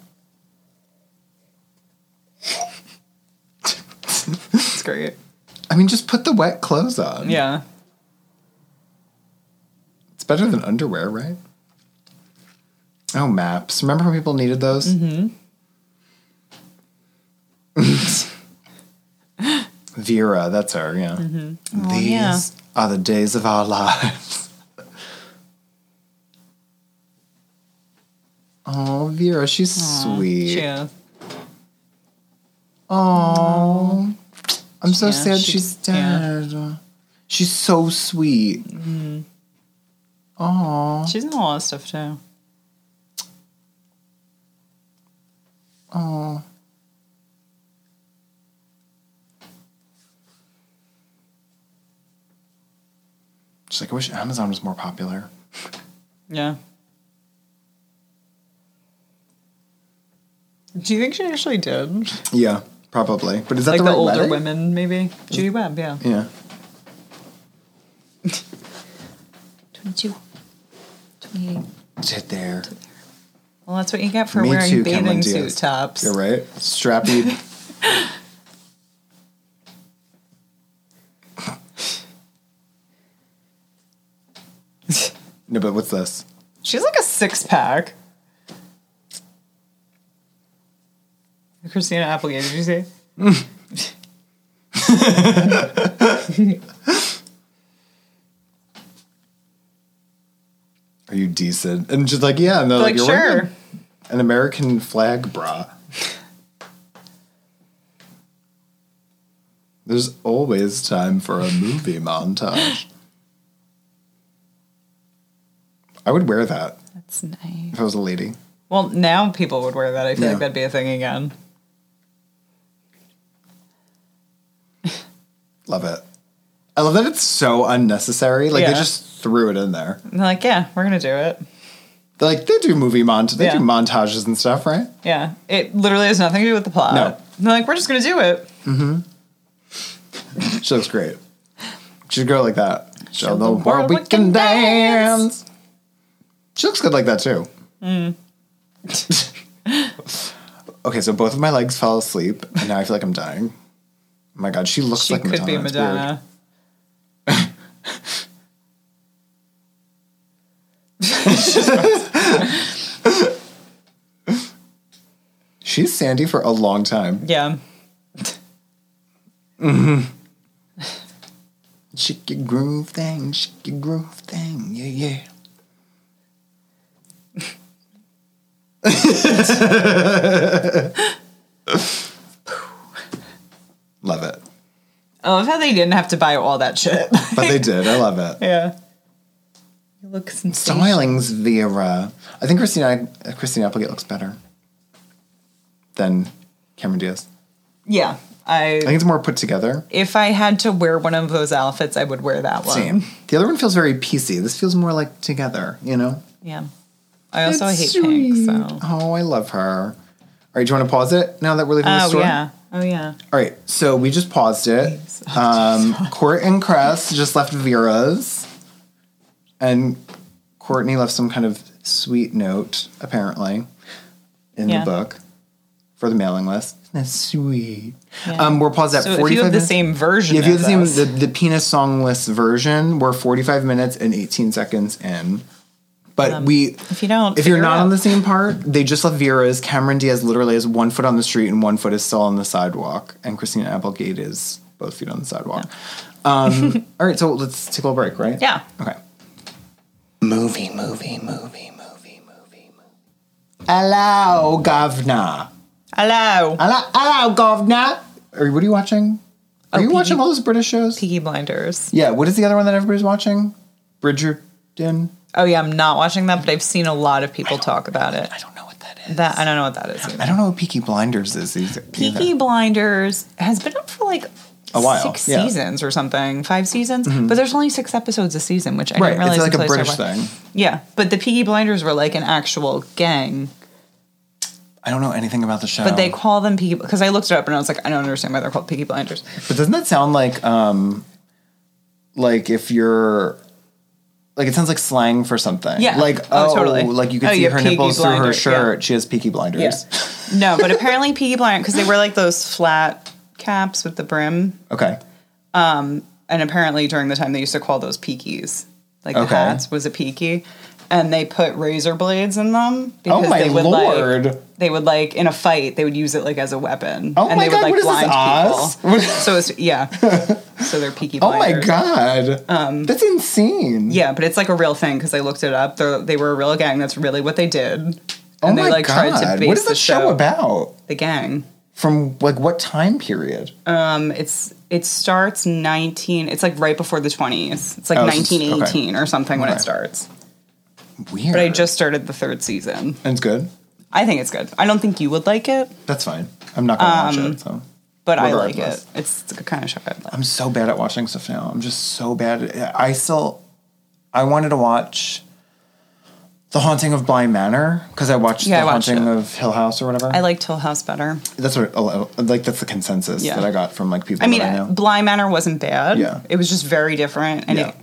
B: it's great.
A: I mean, just put the wet clothes on.
B: Yeah.
A: It's better than underwear, right? Oh, maps. Remember when people needed those? Mm-hmm. Vera, that's her, yeah. These
B: Mm-hmm. Oh, yeah.
A: are the days of our lives. Oh, Vera, she's sweet.
B: Yeah.
A: Oh, I'm so
B: Yeah,
A: sad
B: she-
A: she's
B: yeah.
A: dead. She's so sweet. Oh,
B: She's in a lot of stuff too.
A: oh. She's like, I wish Amazon was more popular.
B: Yeah. Do you think she actually did?
A: Yeah, probably. But is that
B: like
A: the,
B: the,
A: right
B: older
A: wedding?
B: women, maybe? Judy Webb, yeah.
A: Yeah.
B: 22. 28.
A: Sit there.
B: Well, that's what you get for
A: Me
B: wearing
A: too, Cameron
B: bathing suit
A: Diaz.
B: tops.
A: You're right. Strappy. no, but what's this?
B: She's like a six pack. Christina Applegate, did you see?
A: Are you decent? And just like, yeah, and they're like,
B: Like,
A: Oh, you're
B: sure.
A: wearing an American flag bra. There's always time for a movie montage. I would wear that
B: That's nice.
A: if I was a lady.
B: Well, now people would wear that. I feel
A: Yeah.
B: like that'd be a thing again.
A: Love it. I love that it's so unnecessary. Like they
B: Yeah.
A: just threw it in there.
B: And they're like, yeah, we're gonna do it.
A: They're like they do movie mont they
B: Yeah.
A: do montages and stuff, right?
B: Yeah, it literally has nothing to do with the plot.
A: No.
B: And they're like, we're just gonna do it.
A: She looks great. She should go like that. Show, the, world, we can,
B: dance.
A: dance. She looks good like that too. okay, so both of my legs fell asleep, and now I feel like I'm dying. Oh my god, she looks
B: She
A: like
B: could
A: Madonna.
B: be
A: It's
B: Madonna.
A: weird. She's Sandy for a long time.
B: Yeah.
A: Shake your groove thing, shake your groove thing, yeah, yeah. love it.
B: I love how Oh, they didn't have to buy all that shit.
A: But they did. I love it.
B: yeah. You look sensational.
A: Stylings, Vera. I think Christina Christina Applegate looks better than Cameron Diaz.
B: Yeah. I,
A: I think it's more put together.
B: if I had to wear one of those outfits, I would wear that one.
A: Same. The other one feels very piecey. This feels more like together, you know?
B: Yeah. I also
A: It's
B: hate
A: sweet.
B: pink, so.
A: Oh, I love her. All right, do you want to pause it now that we're leaving the
B: Oh
A: store?
B: yeah. Oh yeah.
A: All right, so we just paused it. Um, Court and Cress just left Vera's, and Courtney left some kind of sweet note, apparently, in
B: Yeah.
A: the book for the mailing list. That's sweet.
B: Yeah.
A: Um, we're paused at
B: So if
A: 45
B: you have the
A: minutes.
B: same version,
A: Yeah, if you
B: as
A: have the
B: us-
A: same the, the penis songless version, we're 45 minutes and 18 seconds in. But we
B: Um, if you don't,
A: if you're
B: figure it
A: not on
B: out.
A: the same part, they just left Vera's. Cameron Diaz literally has one foot on the street and one foot is still on the sidewalk. And Christina Applegate is both feet on the sidewalk. Um, all right, so let's take a little break, right?
B: Yeah.
A: Okay. Movie, movie, movie, movie, movie, movie. Hello, governor.
B: hello,
A: Hello, hello, governor. Are, you- what are you watching? Are you
B: Peaky-
A: watching all those British shows?
B: Peaky Blinders.
A: Yeah, what is the other one that everybody's watching? Bridgerton?
B: Oh yeah, I'm not watching that, but I've seen a lot of people talk about it.
A: I don't know what that is.
B: That I don't know what that is. Either.
A: I don't know what Peaky Blinders is either.
B: Peaky Blinders has been up for like
A: A while,
B: six
A: yeah. Mm-hmm.
B: seasons or something, five seasons. But there's only six episodes a season, which I
A: Right,
B: didn't realize.
A: it's like
B: until
A: a
B: I started
A: British
B: watching-
A: thing.
B: Yeah, but the Peaky Blinders were like an actual gang,
A: I don't know anything about the show.
B: but they call them Peaky because I looked it up and I was like, I don't understand why they're called Peaky Blinders.
A: But doesn't that sound like um like if you're like it sounds like slang for something.
B: Yeah.
A: Like oh,
B: Oh, totally.
A: like you can
B: Oh,
A: see
B: you have
A: her
B: Peaky
A: nipples through her
B: Blinders, yeah.
A: shirt. She has peaky blinders.
B: no, but apparently Peaky Blinders because they wear like those flat caps with the brim,
A: Okay.
B: and apparently during the time they used to call those peakies, like
A: Okay.
B: the hats was a peaky, and they put razor blades in them. Because
A: Oh my
B: they would, like-
A: lord.
B: they would like in a fight they would use it like as a weapon
A: Oh
B: and
A: my
B: they
A: God,
B: would like
A: what is this, Oz?
B: blind people so it's yeah so they're peaky
A: oh
B: blinders Um,
A: my god. That's insane.
B: yeah but it's like a real thing because i looked it up they're, they were a real gang that's really what they did and
A: oh
B: they
A: my
B: like
A: god.
B: tried to base
A: what is
B: the
A: that show about?
B: the gang
A: From like what time period?
B: um it's it starts 19 it's like right before the 20s it's like
A: Oh, so it's-
B: 1918 or something when
A: Okay.
B: it starts
A: Weird.
B: but i just started the third season
A: and it's good.
B: i think it's good i don't think you would like it
A: That's fine. I'm not gonna
B: Um,
A: watch it. So
B: but i like
A: Regardless.
B: it it's the kind of show i like
A: I'm so bad at watching stuff now. I'm just so bad. At, I still, I wanted to watch The Haunting of Blind Manor because I watched
B: Yeah,
A: The
B: I watched
A: Haunting
B: it.
A: of Hill House or whatever.
B: i like till house better
A: that's what like that's the consensus
B: Yeah.
A: that I got from like people
B: I mean,
A: that I know.
B: Bly Manor wasn't bad.
A: Yeah.
B: It was just very different. And
A: Yeah.
B: it,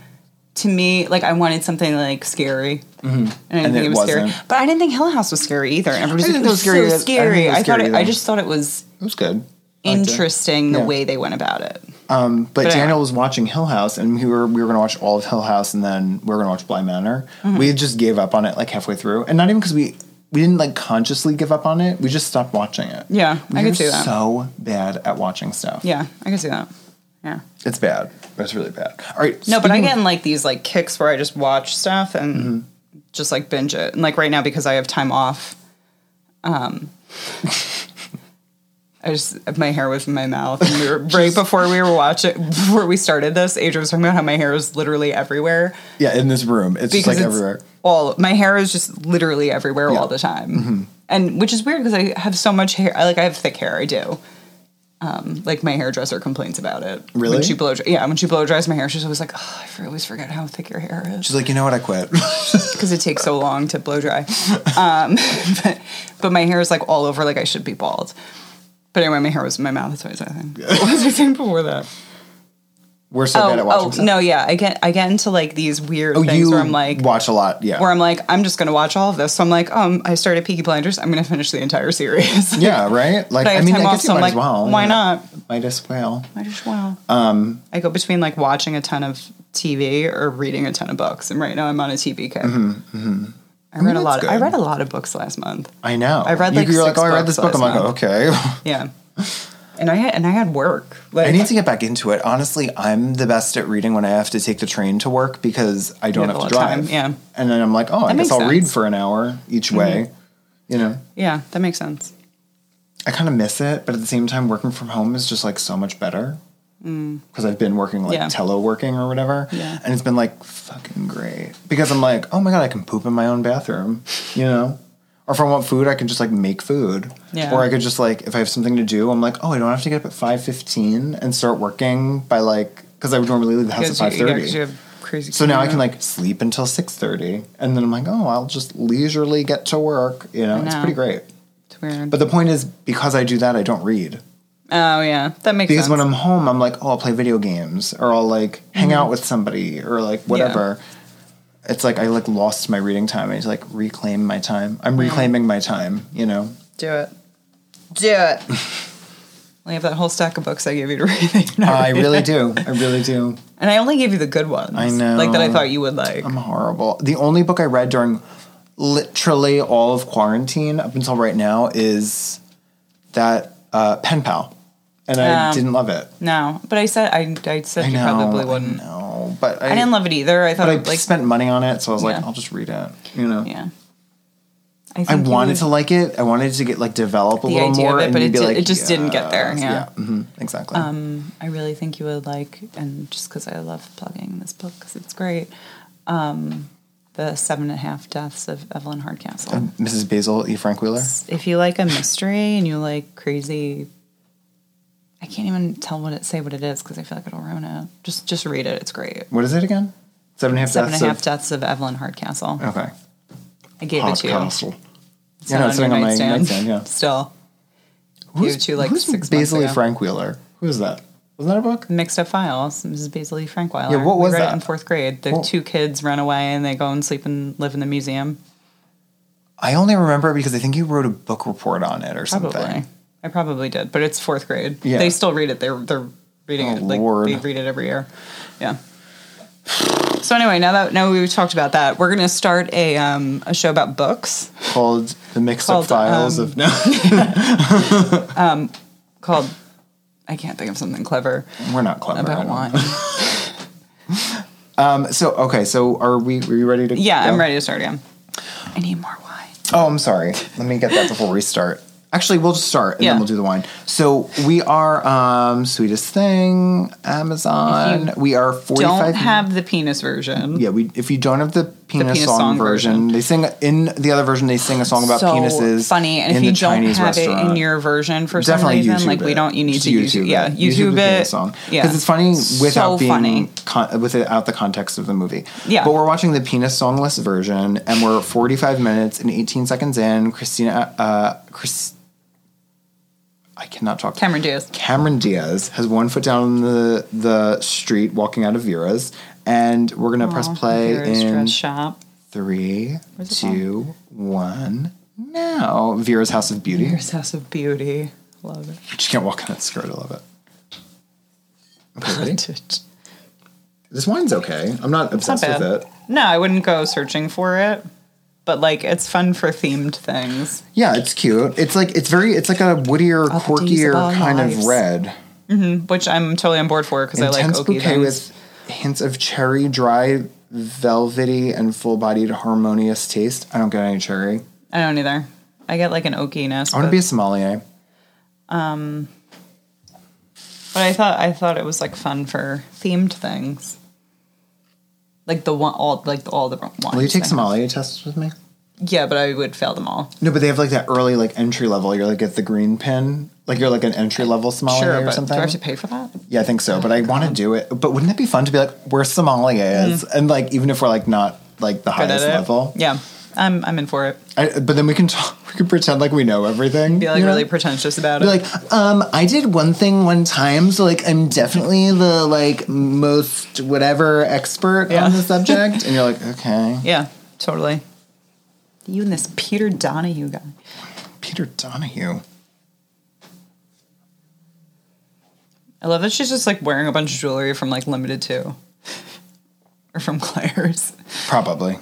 B: to me, like, I wanted something, like, scary. Mm-hmm. And I didn't
A: And
B: think
A: it
B: it was scary.
A: wasn't.
B: But I didn't think Hill House was scary either. Everybody's
A: I
B: like,
A: didn't
B: it
A: think it
B: was
A: was scary
B: so
A: either. I didn't think it
B: scary.
A: was
B: I, thought
A: scary
B: it, I
A: either.
B: just thought it was
A: it was good. I liked it.
B: interesting the
A: Yeah.
B: way they went about it.
A: But,
B: I-
A: Daniel was watching Hill House, and we were we were gonna watch all of Hill House, and then we were gonna watch Blind Manor.
B: Mm-hmm.
A: We just gave up on it like halfway through, and not even because we we didn't like consciously give up on it. We just stopped watching it.
B: Yeah, I
A: We're
B: could see that.
A: So bad at watching stuff.
B: Yeah, I can see that. Yeah.
A: It's bad. It's really bad. All right.
B: No, but I
A: speaking-
B: get in, like, these, like, kicks where I just watch stuff and just, like, binge it. And, like, right now, because I have time off, um, I just my hair was in my mouth. And we were right before we were watching before we started this. Adrian was talking about how my hair is literally everywhere
A: Yeah, in this room, it's just like
B: it's
A: everywhere.
B: all my hair is just literally everywhere
A: Yeah. Mm-hmm.
B: all the time, and which is weird because I have so much hair. I like I have thick hair. I do. Um, like my hairdresser complains about it.
A: Really?
B: When she blow, yeah, when she blow dries my hair, she's always like, "Oh, I always forget how thick your hair is."
A: She's like, you know what? I quit.
B: because it takes so long to blow dry. Um, but, but my hair is like all over, like I should be bald. But anyway, my hair was in my mouth. That's what I was saying. What was I saying before that?
A: We're so bad at watching.
B: Oh,
A: stuff.
B: oh no, yeah, I get I get into like these weird
A: Oh,
B: things
A: you
B: where I'm like,
A: watch a lot. Yeah.
B: where I'm like, I'm just gonna watch all of this. So I'm like, um, I started Peaky Blinders. I'm gonna finish the entire series.
A: yeah. Right. Like
B: But I
A: I,
B: have
A: mean, I
B: time
A: guess
B: off,
A: you
B: so
A: might
B: I'm
A: as
B: like,
A: well.
B: why
A: Yeah.
B: not?
A: Might as well.
B: I just wow. Um, I go between like watching a ton of TV or reading a ton of books, and right now I'm on a TV kick.
A: Mm-hmm,
B: I read a
A: that's
B: lot. I
A: good.
B: read a lot of books last month.
A: I know.
B: I read,
A: You-
B: like,
A: you're like,
B: six
A: oh, I read
B: books
A: this book. I'm
B: last
A: like, okay.
B: Yeah. And I had and I had work. Like
A: I need to get back into it. Honestly, I'm the best at reading when I have to take the train to work because I don't
B: have
A: have,
B: a
A: to
B: lot of
A: drive.
B: time, yeah.
A: And then I'm like, oh, I
B: That
A: guess
B: makes
A: I'll read
B: sense. Mm-hmm.
A: for an hour each way. You know,
B: Yeah, that makes sense.
A: I kind of miss it, but at the same time, working from home is just like so much better because I've been working like
B: Mm. Yeah.
A: teleworking or whatever,
B: Yeah.
A: and it's been like fucking great because I'm like, oh my god, I can poop in my own bathroom, you know. Or if I want food, I can just like make food.
B: Yeah.
A: Or I could just like, if I have something to do, I'm like, oh, I don't have to get up at five fifteen and start working by like, because I would normally leave the house at
B: Because you-
A: five
B: yeah, 'cause you
A: thirty.
B: have crazy
A: So now I can
B: commuter.
A: like sleep until six thirty, and then I'm like, oh, I'll just leisurely get to work. You know, it's
B: know.
A: pretty great.
B: It's weird.
A: But the point is, because I do that, I don't read.
B: oh yeah, that makes
A: Because
B: sense. Mm-hmm.
A: when I'm home, I'm like, oh, I'll play video games or I'll like hang out with somebody or like whatever. It's like I like lost my reading time. I need to like reclaim my time.
B: Mm-hmm.
A: I'm reclaiming my time, you know?
B: do it, do it. I have that whole stack of books I gave you to read. that you're not
A: I
B: reading.
A: really do. I really do.
B: and I only gave you the good ones.
A: I know.
B: like that I thought you would like.
A: I'm horrible. The only book I read during literally all of quarantine up until right now is that uh, Pen Pal. And I
B: Um,
A: didn't love it.
B: no, but I said I, I said
A: I
B: you
A: know.
B: probably wouldn't.
A: I know, but I,
B: I didn't love it either. I thought
A: But I
B: it, like
A: spent money on it, so I was like,
B: Yeah.
A: I'll just read it. You know.
B: yeah. I,
A: I
B: think you
A: wanted
B: would-
A: to like it. I wanted to get like develop a
B: The
A: little
B: idea of
A: more,
B: it,
A: and
B: but
A: you'd
B: it
A: be
B: di-
A: like,
B: it just didn't get there,
A: "Yes,
B: yeah.
A: hmm exactly.
B: Um, I really think you would like, and just because I love plugging this book because it's great. Um, the Seven and a Half Deaths of Evelyn Hardcastle.
A: Mrs. Basil E. Frank Wheeler.
B: if you like a mystery and you like crazy, I can't even tell what it say what it is because I feel like it'll ruin it. Just just read it; it's great.
A: What is it again? Seven and a half.
B: Seven and a half
A: deaths
B: Deaths of Evelyn Hardcastle.
A: of- Okay.
B: I gave it to you.
A: Hardcastle.
B: It's
A: Yeah,
B: not
A: no, it's sitting on my nightstand, yeah.
B: Still
A: Who's,
B: it to you, like,
A: who's
B: six months
A: Basil E.
B: ago.
A: Frank Wheeler? Who is that? Wasn't that a book?
B: mixed up files. Mrs. Basil E. Frankweiler.
A: Yeah, what was
B: we read
A: that?
B: it in fourth grade? The
A: What-
B: two kids run away and they go and sleep and live in the museum.
A: I only remember it because I think you wrote a book report on it or something.
B: Probably. I probably did, but it's fourth grade.
A: Yeah.
B: They still read it. They're they're reading
A: Oh,
B: it. Like
A: Lord.
B: they read it every year. Yeah. So anyway, now that now we've talked about that, we're gonna start a um a show about books
A: Called the mixed up
B: Called,
A: files
B: um,
A: of no.
B: called I can't think of something clever
A: We're not clever. I
B: about
A: don't-
B: wine.
A: Um, so okay, so are we? Were you ready to?
B: yeah, I'm
A: go?
B: ready to start again. I need more wine.
A: Oh, I'm sorry. Let me get that before we start. Actually, we'll just start and
B: Yeah.
A: then we'll do the wine. So we are um sweetest thing Amazon.
B: If you
A: We are 45
B: Don't have the penis version.
A: Yeah, we if you don't have the penis,
B: penis
A: song,
B: song
A: version, they sing in the other version they sing a song about
B: so
A: penises.
B: Funny, and if
A: in
B: you
A: the
B: don't
A: Chinese
B: have it in
A: restaurant.
B: your version for
A: Definitely
B: some
A: YouTube
B: reason, like we
A: it.
B: don't, you need
A: Just
B: to YouTube, yeah,
A: it. YouTube
B: YouTube,
A: the
B: it.
A: penis song
B: yeah,
A: because it's funny without
B: so
A: being
B: funny.
A: Con- without the context of the movie.
B: Yeah.
A: but we're watching the penis songless version, and we're 45 minutes and 18 seconds in. Christina, uh, Chris, I cannot talk.
B: Cameron Diaz.
A: Cameron Diaz has one foot down on the the street, walking out of Vera's, and we're gonna press play
B: Vera's
A: in
B: dress shop.
A: three,
B: it
A: two, one. Now, Vera's House of Beauty.
B: Vera's House of Beauty. Love it.
A: She can't walk in that skirt. I love it. Okay, ready? This wine's okay. I'm not
B: Not
A: obsessed
B: bad.
A: with it.
B: No, I wouldn't go searching for it, but like it's fun for themed things.
A: Yeah, it's cute. It's like it's very it's like a woodier,
B: Up to use
A: quirkier
B: of our
A: kind
B: lives.
A: of red.
B: Which I'm totally on board for because I like
A: Intense
B: oaky
A: bouquet
B: things.
A: with hints of cherry, dry, velvety, and full-bodied harmonious taste. I don't get any cherry.
B: I don't either. I get like an oakiness.
A: I want to
B: but-
A: be a sommelier.
B: But I thought I thought it was like fun for themed things, like the one all like all the wines.
A: Will you take
B: they have.
A: sommelier tests with me?
B: Yeah, but I would fail them all.
A: No, but they have like that early like entry level. You're like at the green pin. Like you're like an entry level sommelier
B: Sure,
A: or
B: but do
A: something.
B: I have to pay for that?
A: Yeah, Mm-hmm. I think so. But I want to do it. But wouldn't it be fun to be like we're sommeliers and like even if we're like not like the
B: Good at
A: highest
B: it.
A: level.
B: Yeah, I'm I'm in for it.
A: I, but then we can talk. We can pretend like we know everything.
B: Be like
A: you know?
B: really pretentious about
A: Be
B: it.
A: like, um, I did one thing one time, so like I'm definitely the like most whatever expert
B: Yeah.
A: on the subject. and you're like, okay,
B: yeah, totally. You and this Peter Donahue guy.
A: Peter Donahue.
B: I love that she's just like wearing a bunch of jewelry from like Limited Two or from Claire's.
A: Probably.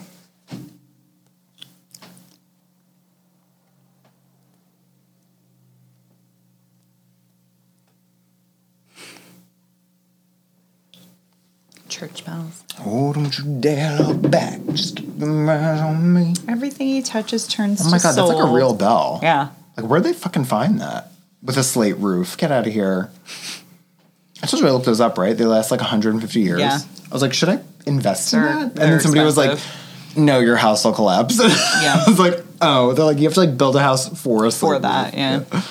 B: Church bells.
A: Oh, don't you dare look back. Just keep them eyes on me.
B: Everything he touches turns.
A: Oh my
B: to
A: god, that's like a
B: gold.
A: real bell.
B: Yeah.
A: Like, where'd they fucking find that? With a slate roof. Get out of here. I told you I looked those up, right? They last like 150 years.
B: Yeah.
A: I was like, should I invest in
B: They're-
A: that? And
B: they're
A: then somebody was
B: expensive.
A: like, no, your house will collapse.
B: Yeah.
A: I was like, oh, they're like, you have to like build a house for a slate
B: for that.
A: roof.
B: Yeah.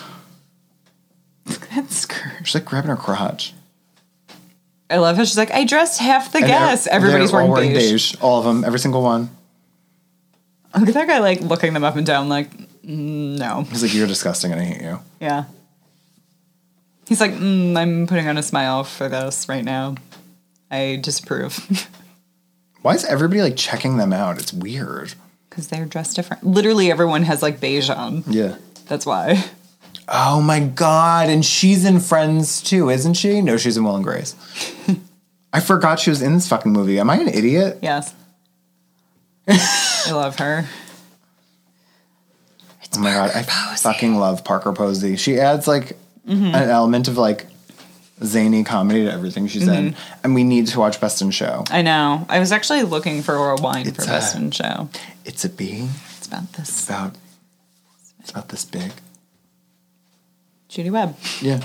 B: Look at that skirt.
A: She's like grabbing her crotch.
B: I love how she's like, I dressed half the
A: And they're-
B: guests. Everybody's
A: they're all
B: wearing, beige.
A: All of them, every single one.
B: Look at that guy like looking them up and down, like, "Mm, no.
A: He's like, you're disgusting and I hate you.
B: Yeah. He's like, mm, I'm putting on a smile for this right now. I disapprove
A: Why is everybody like checking them out? It's weird.
B: because they're dressed different. Literally, everyone has like beige on.
A: Yeah.
B: That's why.
A: Oh my god! And she's in Friends too, isn't she? No, she's in Will and Grace. I forgot she was in this fucking movie. Am I an idiot?
B: Yes. I love her.
A: oh my god! I fucking love Parker Posey. She adds like an element of like zany comedy to everything she's in, and we need to watch Best in Show.
B: I know. I was actually looking for a wine for
A: It's, uh,
B: Best in Show.
A: It's a bee.
B: It's about
A: It's
B: this.
A: about it's about this big.
B: Judy Webb.
A: Yeah.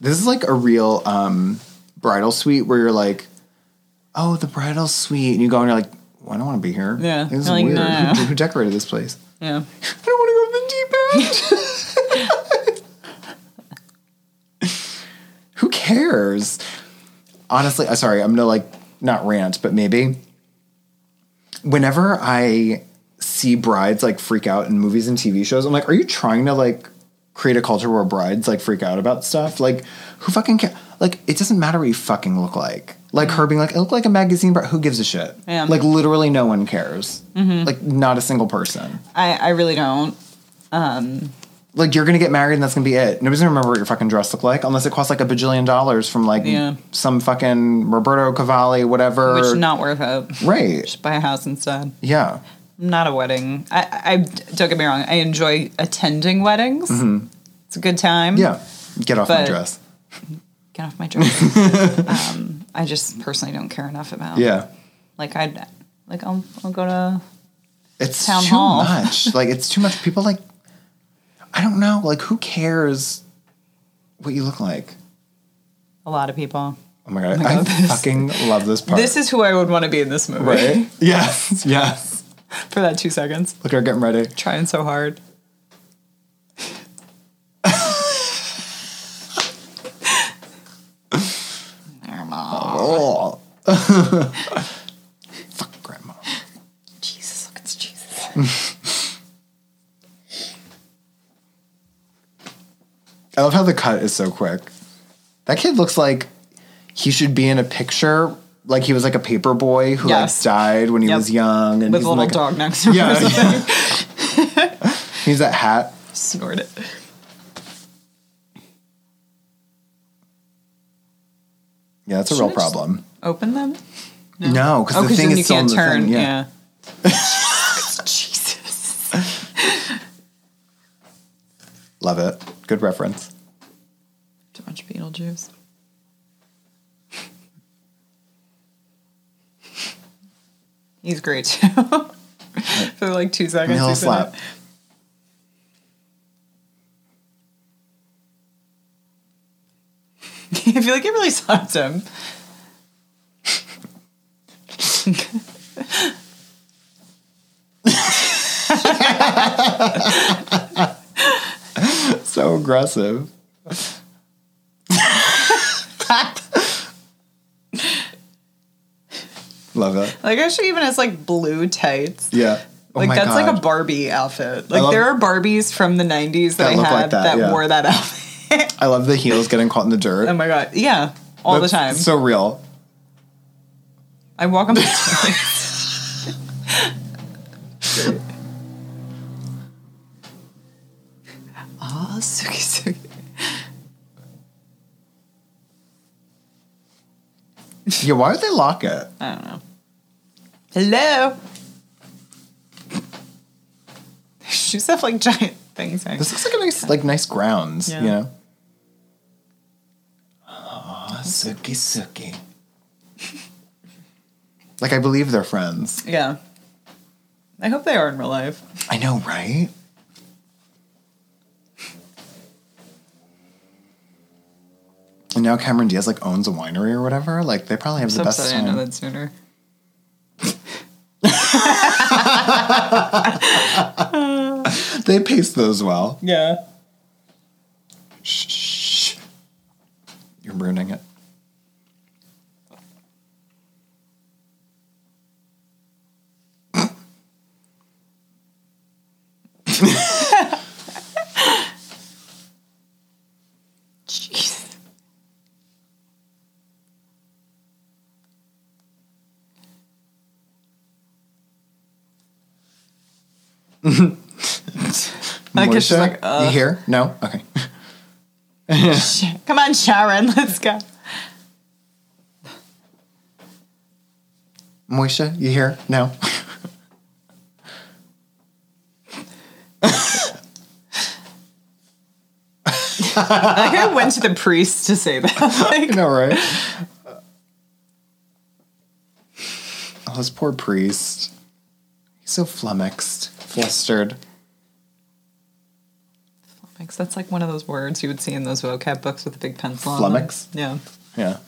A: This is like a real um bridal suite where you're like, oh, the bridal suite. And you go and you're like, well, I don't want to be here.
B: Yeah.
A: This is
B: You're like,
A: weird.
B: "No."
A: Who, who decorated this place?
B: Yeah.
A: I don't want to go up the deep end. who cares? Honestly, uh, sorry, I'm gonna like not rant, but maybe. Whenever I see brides like freak out in movies and TV shows, I'm like, are you trying to like create a culture where brides like freak out about stuff? Like, who fucking care? Like, it doesn't matter what you fucking look like. Like her being like, I look like a magazine bride. Who gives a shit?
B: Yeah.
A: Like literally, no one cares. Like not a single person.
B: I, I really don't.
A: Like you're gonna get married and that's gonna be it. Nobody's gonna remember what your fucking dress looked like unless it costs like a bajillion dollars from like
B: Yeah.
A: some fucking Roberto Cavalli, whatever.
B: Which not worth it.
A: right?
B: Just buy a house instead.
A: Yeah,
B: Not a wedding. I, I don't get me wrong. I enjoy attending weddings. It's a good time.
A: Mm-hmm. yeah. Get off my
B: But-
A: dress.
B: Get off my dress. um, I just personally don't care enough about.
A: Yeah,
B: Like I'd like I'll, I'll go to
A: it's
B: Town
A: too
B: hall.
A: much. like it's too much. People like, I don't know. Like who cares what you look like?
B: a lot of people.
A: Oh my god,
B: my God,
A: I
B: this-
A: fucking love this part.
B: This is who I would want to be in this movie.
A: right. yes, yes.
B: For that two seconds.
A: Look at her getting ready.
B: Trying so hard. There, Mom.
A: Oh, fuck, grandma.
B: Jesus, look, it's Jesus.
A: I love how the cut is so quick. That kid looks like he should be in a picture. Like he was like a paper boy who
B: Yes.
A: like died when he
B: Yep.
A: was young, and
B: With
A: he's
B: a
A: in,
B: little
A: like,
B: dog next to him.
A: Yeah, yeah. he's that hat.
B: Snort it.
A: Yeah, that's a
B: Should
A: real
B: I just-
A: problem.
B: Open them?
A: No, because
B: Oh,
A: the
B: because
A: thing
B: then
A: is
B: you
A: still in
B: can't
A: the
B: turn.
A: thing,
B: yeah.
A: yeah.
B: Jesus.
A: love it. Good reference.
B: Too much Beetlejuice. He's great too. For like two seconds.
A: Vanilla
B: he's in it.
A: slap.
B: I feel like it really slapped him.
A: so aggressive. Love it.
B: Like actually, even has like blue tights.
A: Yeah. Oh
B: Like
A: my
B: that's
A: God.
B: like a Barbie outfit. Like
A: love-
B: there are Barbies from the '90s that,
A: That
B: I
A: look
B: had
A: like that,
B: that,
A: yeah.
B: wore that outfit.
A: I love the heels getting caught in the dirt.
B: oh my god, yeah, all
A: That's
B: the time.
A: So real.
B: I walk on my toes. Ah, suki suki.
A: Yeah, why would they lock it?
B: I don't know. Hello. Shoes have like giant things. hanging.
A: This looks like a nice, like nice grounds.
B: Yeah.
A: You know. Oh,
B: Ah,
A: suki suki. like I believe they're friends.
B: Yeah. I hope they are in real life.
A: I know, right? And now Cameron Diaz like owns a winery or whatever. Like they probably have
B: So
A: the best
B: upset I
A: time.
B: didn't know that sooner.
A: They pace those well.
B: Yeah.
A: Shh, shh, shh. You're ruining it.
B: Jeez. I guess she's
A: Moisha,
B: like,
A: you
B: uh,
A: here? No? Okay.
B: Sh- come on, Sharon, let's go.
A: Moisha, you here? No.
B: I think I went to the priest to say that.
A: you know, right? Oh, this poor priest. He's so flummoxed, flustered.
B: Flummox, that's like one of those words you would see in those vocab books with a big pencil. on them.
A: Flummox?
B: Yeah.
A: Yeah.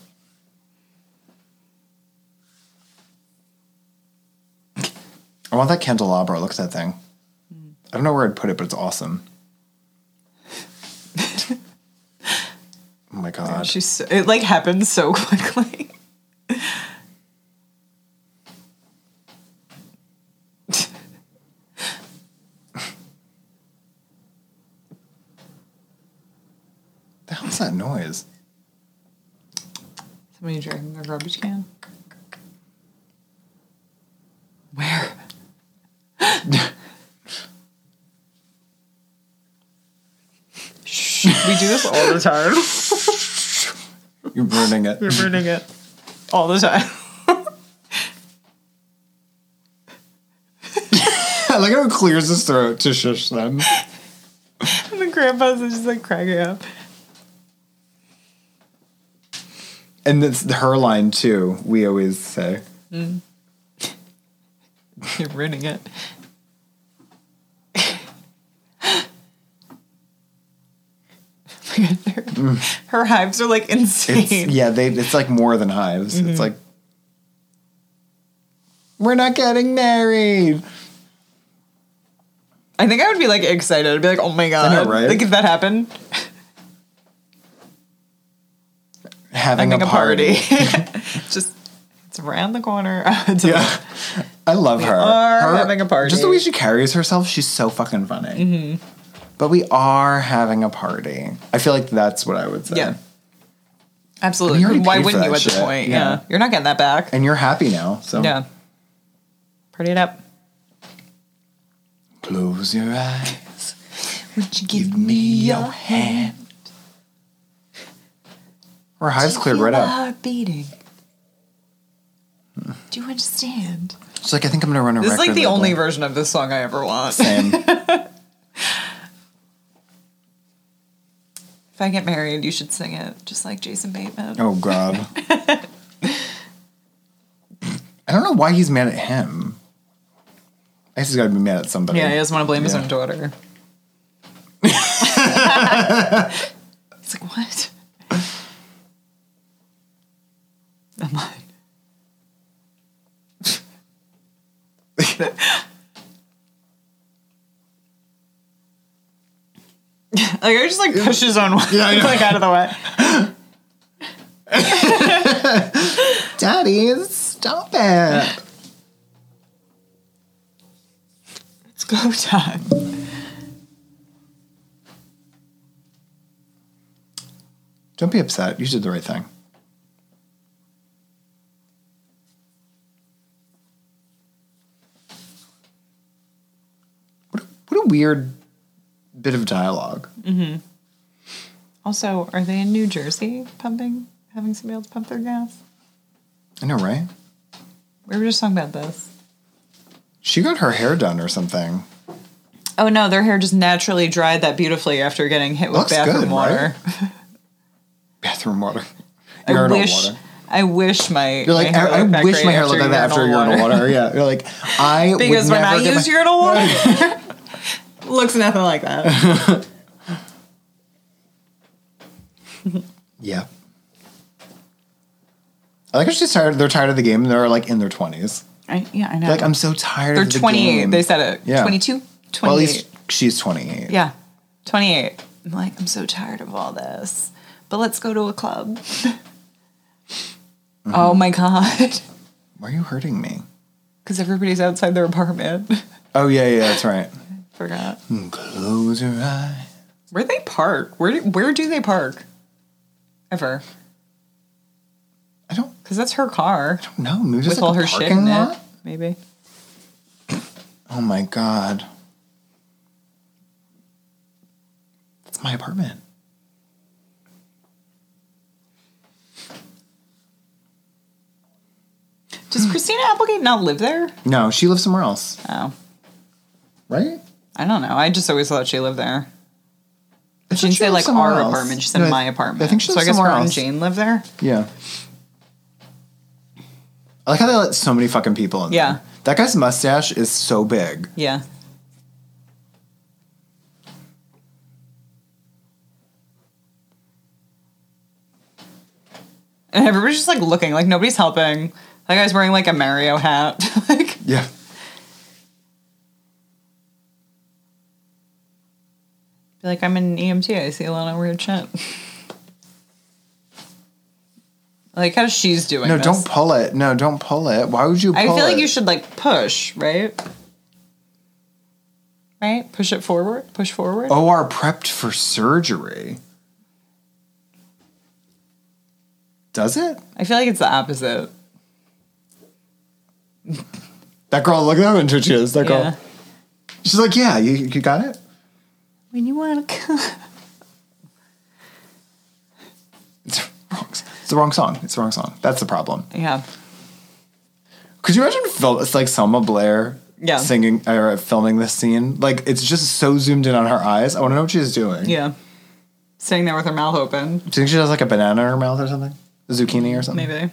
A: I want that candelabra. Look at that thing. I don't know where I'd put it, but it's awesome. oh my god.
B: She's so, it like happens so quickly.
A: The hell's that noise?
B: Somebody dragging their garbage can. Where? Shh. we do this all the time.
A: You're burning it.
B: We're burning it all the time.
A: I like how it clears his throat to shush them.
B: And the grandpa's just like cracking up.
A: And it's her line too, we always say.
B: You're ruining it. Oh my God, her, her hives are like
A: It's,
B: insane.
A: yeah, they it's like more than hives.
B: Mm-hmm.
A: It's like We're not getting married.
B: I think I would be like excited. I'd be like, oh my god.
A: know, right?
B: Like if that happened,
A: Having
B: having
A: a party.
B: Just it's around the corner. It's a-
A: Yeah. I love her.
B: are
A: Her-
B: having a party. Mm-hmm.
A: Just the way she carries herself, she's so fucking funny. But we are having a party. I feel like that's what I would say.
B: yeah. Absolutely.
A: You already
B: Why
A: paid for
B: wouldn't you
A: that
B: at this
A: shit,
B: point?
A: yeah.
B: Yeah. You're not getting that back.
A: And you're happy now, so
B: yeah. Party it up.
A: close your eyes.
B: Would you give
A: Give me your hand. Her hives cleared right up.
B: beating? Do you understand?
A: She's like, I think I'm gonna run a
B: This is
A: record.
B: like the
A: label.
B: only version of this song I ever want.
A: Same.
B: If I get married, you should sing it, just like Jason Bateman.
A: Oh God. I don't know why he's mad at him. I guess he's got to be mad at somebody.
B: Yeah, he doesn't want to blame his
A: Yeah.
B: own daughter. He's like, what? I'm like, Like I just like push his own way,
A: Yeah, I know.
B: like out of the way.
A: Daddy, stop it.
B: It's go time.
A: Don't be upset. You did the right thing. What a, what a weird bit of dialogue.
B: Also, are they in New Jersey pumping, having somebody else pump their gas?
A: I know, right?
B: We were just talking about this.
A: She got her hair done or something.
B: Oh no, their hair just naturally dried that beautifully after getting hit with
A: Looks
B: bathroom
A: good,
B: water.
A: Bathroom water.
B: I
A: Urinal
B: wish,
A: water.
B: I wish my
A: You're like,
B: my hair
A: I, I
B: looked that
A: wish
B: great
A: my hair looked like that after urinal water. Yeah. You're like, I
B: because
A: would
B: when
A: never
B: I
A: get my-
B: use urinal water, looks nothing like that.
A: Yeah. I like how she's tired. They're tired of the game. and They're like in their twenties.
B: I, yeah, I know.
A: Like I'm so tired.
B: They're
A: of the
B: 28.
A: Game.
B: They said it.
A: Yeah.
B: 22? 28.
A: Well, at least she's 28.
B: yeah, 28. I'm like, I'm so tired of all this, but let's go to a club.
A: Mm-hmm.
B: Oh my god.
A: Why are you hurting me?
B: Because everybody's outside their apartment.
A: Oh yeah, yeah, that's right.
B: Forgot.
A: Close your eye.
B: Where they park? Where do, where do they park? Ever?
A: I don't
B: Because that's her car
A: know. Maybe just
B: with
A: like
B: all
A: a
B: her shit
A: parking
B: in
A: lot?
B: it. Maybe.
A: Oh my god. That's my apartment. Hmm.
B: Does Christina Applegate not live there?
A: No, she lives somewhere else,
B: Oh,
A: right?
B: I don't know. I just always thought she lived there.
A: I thought
B: She didn't say
A: lived
B: like
A: somewhere
B: our
A: else.
B: apartment. She said
A: No, I-
B: my apartment.
A: I think she
B: so.
A: lives
B: I guess her
A: somewhere
B: and
A: else.
B: Jane live there.
A: Yeah. I like how they let so many fucking people in.
B: Yeah.
A: there. That guy's mustache is so big.
B: Yeah. And everybody's just like looking, like nobody's helping. That guy's wearing like a Mario hat. like
A: Yeah.
B: Be like, I'm an EMT. I see a lot of weird shit. like how she's doing.
A: No,
B: this.
A: don't pull it. No, don't pull it. Why would you pull
B: I
A: it?
B: feel like you should like push, right? Right? Push it forward. Push forward.
A: OR prepped for surgery. Does it?
B: I feel like it's the opposite.
A: That girl, look at how into she is. That girl.
B: Yeah.
A: She's like, yeah, you, you got it?
B: When you want to come.
A: It's wrong. It's the wrong song. It's the wrong song. That's the problem.
B: Yeah.
A: Could you imagine Phil, it's like Selma Blair
B: Yeah.
A: singing or filming this scene? Like, it's just so zoomed in on her eyes. I want to know what she's doing.
B: Yeah. Sitting there with her mouth open,
A: Do you think she has like a banana in her mouth or something? A zucchini or something?
B: maybe.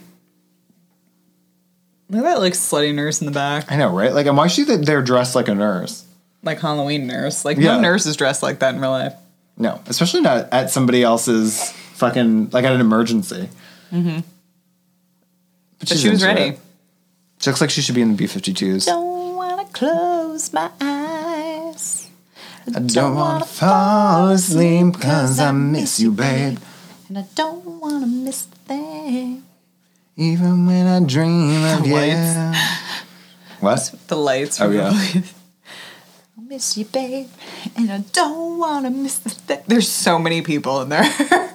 B: Look at that like slutty nurse in the back.
A: I know, right? Like, and why is she that they're dressed like a nurse?
B: Like Halloween nurse. Like
A: Yeah.
B: no nurse is dressed like that in real life.
A: No, especially not at somebody else's fucking like at an emergency. Mm-hmm. But,
B: But
A: she's
B: she was
A: into
B: ready.
A: it. She looks like she should be in the B 52s.
B: Don't wanna close my eyes.
A: I don't want to fall asleep because I miss you, babe.
B: And I don't wanna miss a thing.
A: Even when I dream of you. What?
B: The lights
A: Oh,
B: from
A: yeah.
B: I miss you, babe. And I don't wanna miss the thing. There's so many people in there.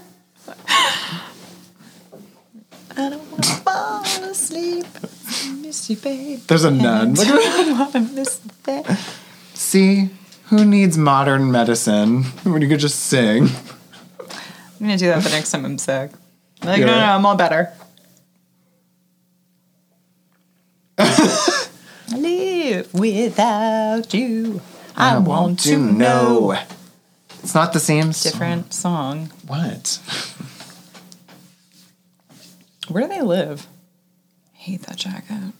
B: I don't wanna fall asleep. I miss you, babe.
A: There's a nun.
B: And I
A: Look at
B: don't wanna miss the thing.
A: See, who needs modern medicine when you could just sing?
B: I'm gonna do that the next time I'm sick. Like,
A: Yeah,
B: no, no,
A: right.
B: I'm all better. Live without you. I, want, to know.
A: It's not the same. song.
B: Different song.
A: What?
B: Where do they live? I hate that jacket.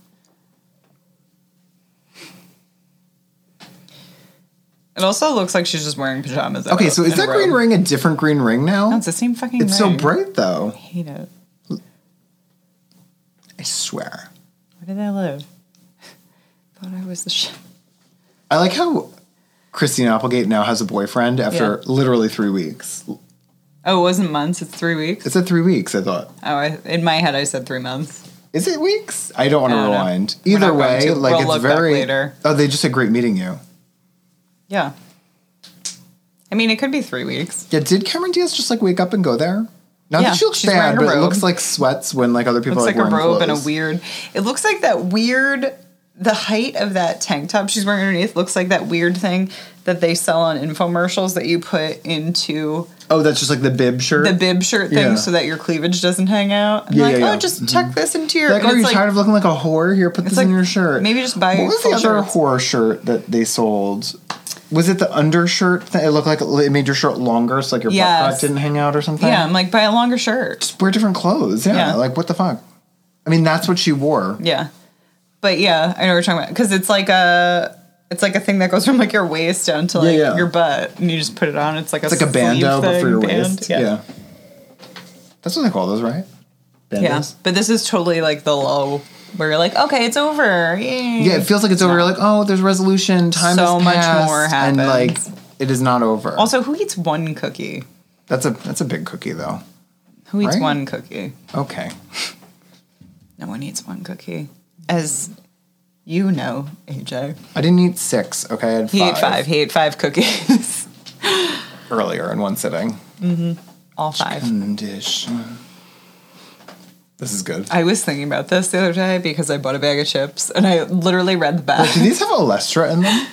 B: It also looks like she's just wearing pajamas.
A: Okay, so is that green ring a different green ring now?
B: No, it's the same fucking
A: It's so
B: ring.
A: bright though.
B: I hate it.
A: I swear.
B: Where do they live? Thought I was the sh-
A: I like how Christine Applegate now has a boyfriend after
B: Yeah.
A: literally three weeks.
B: Oh, it wasn't months. It's three weeks.
A: It said three weeks, I thought.
B: Oh, I, in my head, I said three months.
A: Is it weeks? I don't want to
B: I don't know.
A: rewind.
B: We're
A: Either
B: not going
A: way,
B: to.
A: like
B: We'll
A: it's
B: look back
A: very.
B: later.
A: Oh, they just said great meeting you.
B: Yeah. I mean, it could be three weeks.
A: Yeah, did Cameron Diaz just like wake up and go there? Not
B: Yeah,
A: that she looks
B: she's wearing
A: bad,
B: a
A: but it
B: robe.
A: looks like sweats when like other people
B: Looks
A: are,
B: like,
A: like,
B: a
A: wearing
B: robe and a
A: clothes.
B: weird. It looks like that weird. The height of that tank top she's wearing underneath looks like that weird thing that they sell on infomercials that you put into
A: Oh, that's just like the bib shirt.
B: the bib shirt thing
A: Yeah.
B: so that your cleavage doesn't hang out. And
A: Yeah,
B: like,
A: yeah,
B: oh,
A: yeah.
B: just tuck this into your.
A: Like,
B: and
A: are
B: it's
A: you
B: like-
A: tired of looking like a whore? Here, put this
B: like,
A: in your shirt.
B: maybe just buy
A: What was the
B: full
A: other
B: shirts.
A: horror shirt that they sold? Was it the undershirt thing? It looked like it made your shirt longer, so like your butt
B: Yes.
A: crack didn't hang out or something.
B: yeah, I'm like buy a longer shirt.
A: just wear different clothes. Yeah.
B: Yeah.
A: like what the fuck? I mean, that's what she wore.
B: Yeah, but yeah, I know what you're talking about because it's like a. It's like a thing that goes from like your waist down to like
A: yeah.
B: your butt, and you just put it on. It's like a
A: It's like a
B: sleeve
A: bandeau, but for
B: thing,
A: your
B: band.
A: waist. Yeah. that's what they call those, right?
B: yeah, Yeah.
A: Bandos?
B: But this is totally like the low where you're like, okay, it's over. Yay.
A: Yeah, it feels like it's over. You're like, oh, there's resolution. Time
B: So
A: has
B: much
A: passed,
B: more
A: and like
B: happens.
A: it is not over.
B: Also, who eats one cookie?
A: that's a that's a big cookie though.
B: Who eats
A: Right?
B: one cookie?
A: Okay,
B: No one eats one cookie, as you know, AJ.
A: I didn't eat six. Okay, I had
B: He
A: five,
B: ate five. He ate five cookies.
A: earlier in one sitting.
B: All five.
A: Condition. This is good.
B: I was thinking about this the other day because I bought a bag of chips and I literally read the back.
A: Do these have Olestra in them?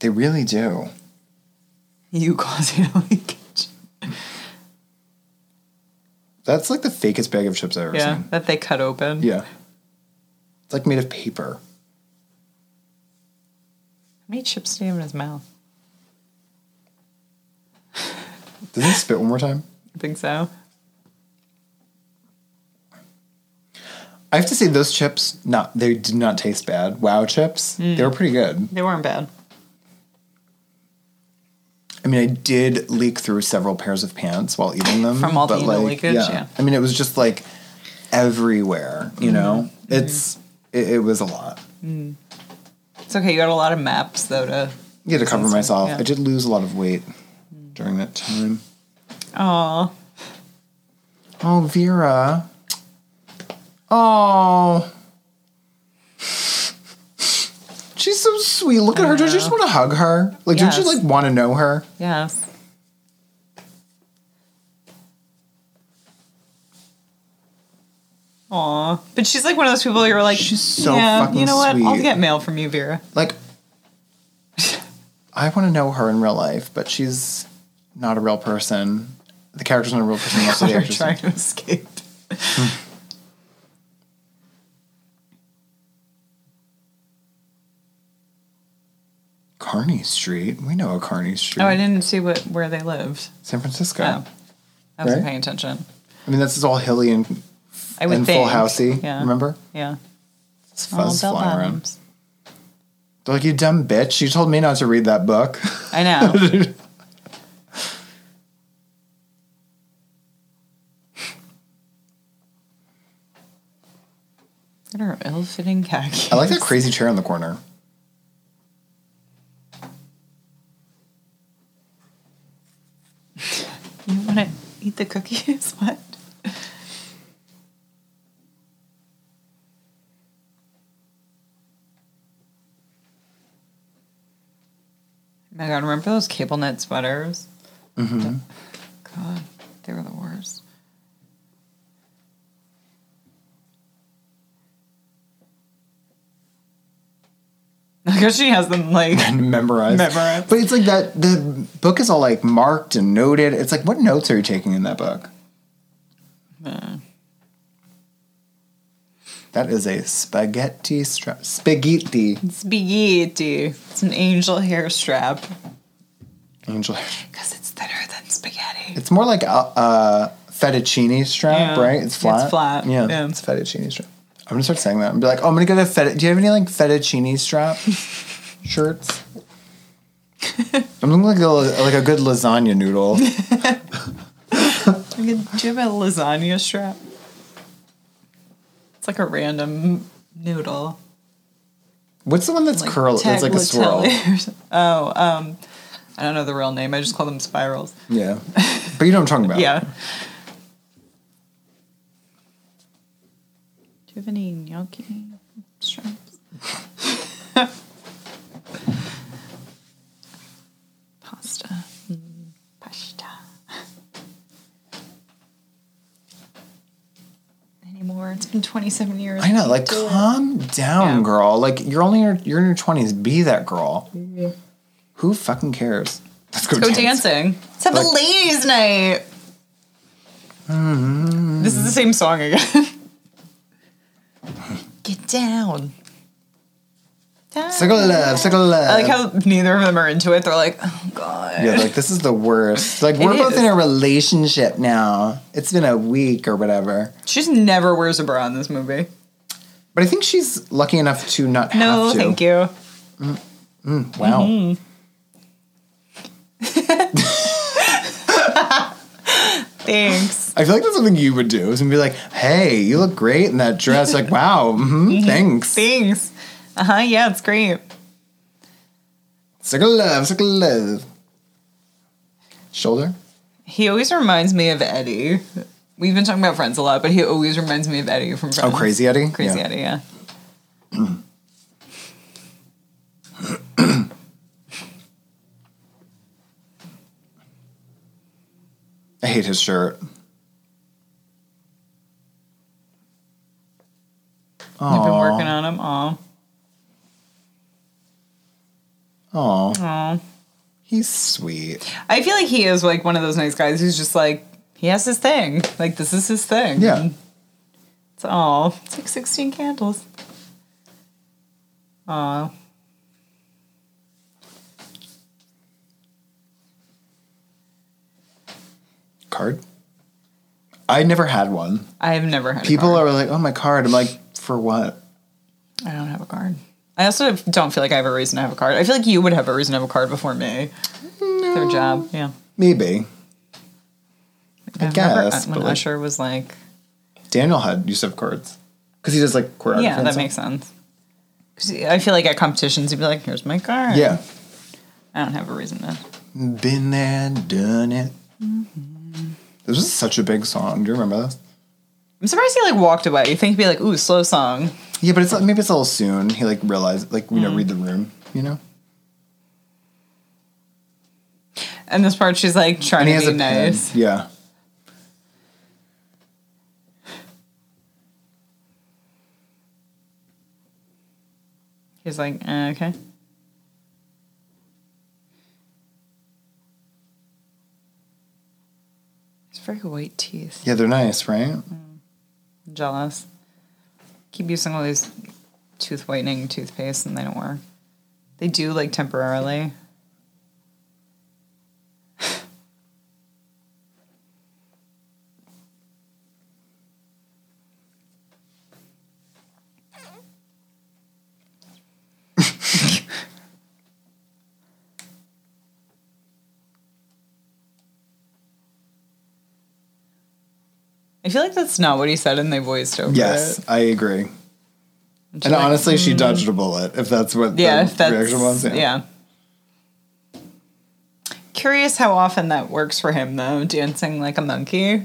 A: They really do.
B: you caused it a leakage.
A: That's like the fakest bag of chips I've ever
B: Yeah,
A: seen.
B: that they cut open.
A: Yeah. It's like made of paper.
B: How many chips did he have in his mouth?
A: Does it spit one more time?
B: I think so.
A: I have to say those chips, not they did not taste bad. Wow chips, they were pretty good.
B: They weren't bad.
A: I mean, I did leak through several pairs of pants while eating them
B: From all the
A: but,
B: anal
A: like,
B: leakage, yeah.
A: I
B: Mm-hmm.
A: mean, it was just like everywhere. You know, it's it, it was a lot.
B: It's okay. You got a lot of maps though
A: I
B: to.
A: had to cover
B: Sounds-
A: myself.
B: yeah.
A: I did lose a lot of weight
B: Mm.
A: during that time.
B: Aw.
A: Oh, Vera. Oh. She's so sweet. Look at her. Don't you just want to hug her? Like, don't you
B: Yes.
A: like want to know her?
B: Yes. Aw. But she's like one of those people you're like,
A: She's so fucking
B: you know what? I'll
A: sweet."
B: get mail from you, Vera.
A: like I want to know her in real life, but she's not a real person. The character's not a real person. Most of the
B: You're
A: actors.
B: trying to escape.
A: Kearney Street. We know a Kearney Street.
B: Oh, I didn't see what where they lived.
A: San Francisco.
B: Oh. I wasn't
A: Right?
B: paying attention.
A: I mean, this is all hilly and,
B: I would
A: and
B: think.
A: full housey.
B: Yeah.
A: Remember?
B: Yeah.
A: It's
B: Oh,
A: fuzz
B: bell
A: flying around.
B: bottoms.
A: They're like, you dumb bitch. You told me not to read that book.
B: I know. Look at her ill-fitting khaki.
A: I like that crazy chair in the corner.
B: You want to eat the cookies? What? Oh my god, remember those cable knit sweaters? Mm-hmm. God, they were the worst. I guess she has them like
A: And memorize.
B: Memorize.
A: But it's like that. The book is all like marked and noted. It's like, what notes are you taking in that book? That is a spaghetti strap. Spaghetti.
B: spaghetti. E It's an angel hair strap.
A: Angel.
B: Because it's thinner than spaghetti.
A: It's more like a, a fettuccine strap,
B: Yeah.
A: right? It's flat.
B: It's flat,
A: Yeah,
B: yeah.
A: It's fettuccine strap. I'm gonna start saying that and be like, oh, I'm gonna get a fett. Do you have any like fettuccine strap shirts? I'm looking like a, like a good lasagna noodle.
B: Do you have a lasagna strap? It's like a random noodle.
A: What's the one that's curled? It's like a swirl.
B: tagliatelle or something. Oh, um, I don't know the real name. I just call them spirals.
A: Yeah, but you know what I'm talking about.
B: Yeah. Do you have any gnocchi straps? Pasta. Mm, Pasta. Anymore. It's been 27 years.
A: I know. Like,
B: Do it.
A: calm down,
B: Yeah.
A: girl. Like, you're only in your, you're in your 20s. Be that girl. Who fucking cares? Let's go,
B: Go
A: dance.
B: dancing. Let's have a ladies' night. Mm-hmm. This is the same song again. Get down. down.
A: Sickle love, sickle love.
B: I like how neither of them are into it. They're like, oh god.
A: yeah, like this is the worst. Like we're
B: It
A: both
B: is.
A: in a relationship now. It's been a week or whatever.
B: She just never wears a bra in this movie.
A: But I think she's lucky enough to not
B: No,
A: have to.
B: thank you. Mm-hmm.
A: Wow.
B: Thanks.
A: I feel like that's something you would do. Is be like, "Hey, you look great in that dress." like, "Wow,
B: Mm-hmm.
A: mhm, thanks."
B: Thanks. Uh huh. Yeah, it's great.
A: Sickle love, sickle love. Shoulder.
B: He always reminds me of Eddie. We've been talking about Friends a lot, but he always reminds me of Eddie from Friends.
A: Oh, crazy Eddie.
B: Uh-huh. Crazy
A: Yeah.
B: Eddie, yeah.
A: I hate his shirt.
B: I've been working on him. Aw.
A: Oh,
B: Aw.
A: he's sweet.
B: I feel like he is like one of those nice guys who's just like he has his thing. Like this is his thing.
A: Yeah.
B: It's all. It's like sixteen candles. Aw.
A: Card. I never had one.
B: I have never had
A: People
B: a card.
A: are like, "Oh, my card." I'm like, "For what?"
B: I don't have a card. I also don't feel like I have a reason to have a card. I feel like you would have a reason to have a card before me. No. Their job. Yeah.
A: Maybe. I
B: I've never-
A: guess,
B: when
A: but, like-
B: Usher was like
A: Daniel had use of cards because he does like choreography.
B: Yeah,
A: and
B: that
A: stuff.
B: makes sense. 'Cause I feel like at competitions you'd be like, here's my card.
A: Yeah,
B: I don't have a reason to
A: been there, done it.
B: Mm-hmm.
A: This was such a big song. Do you remember this?
B: I'm surprised he like walked away. You think he'd be like, ooh, slow song.
A: Yeah, but it's like, maybe it's a little soon. He like realized like
B: Mm.
A: you know read the room. You know,
B: And this part, she's like trying to be nice.
A: pen. Yeah,
B: He's like, uh, okay. He's very white teeth.
A: yeah, they're nice, right?
B: Jealous. Keep using all these tooth whitening toothpaste, and they don't work. They do like temporarily. I feel like that's not what he said, and they voiced over
A: Yes,
B: it.
A: I agree.
B: Which
A: And
B: is like, "Mm."
A: honestly, she dodged a bullet. If that's what
B: yeah,
A: the
B: if that's
A: reaction was.
B: yeah. Curious how often that works for him though, dancing like a monkey.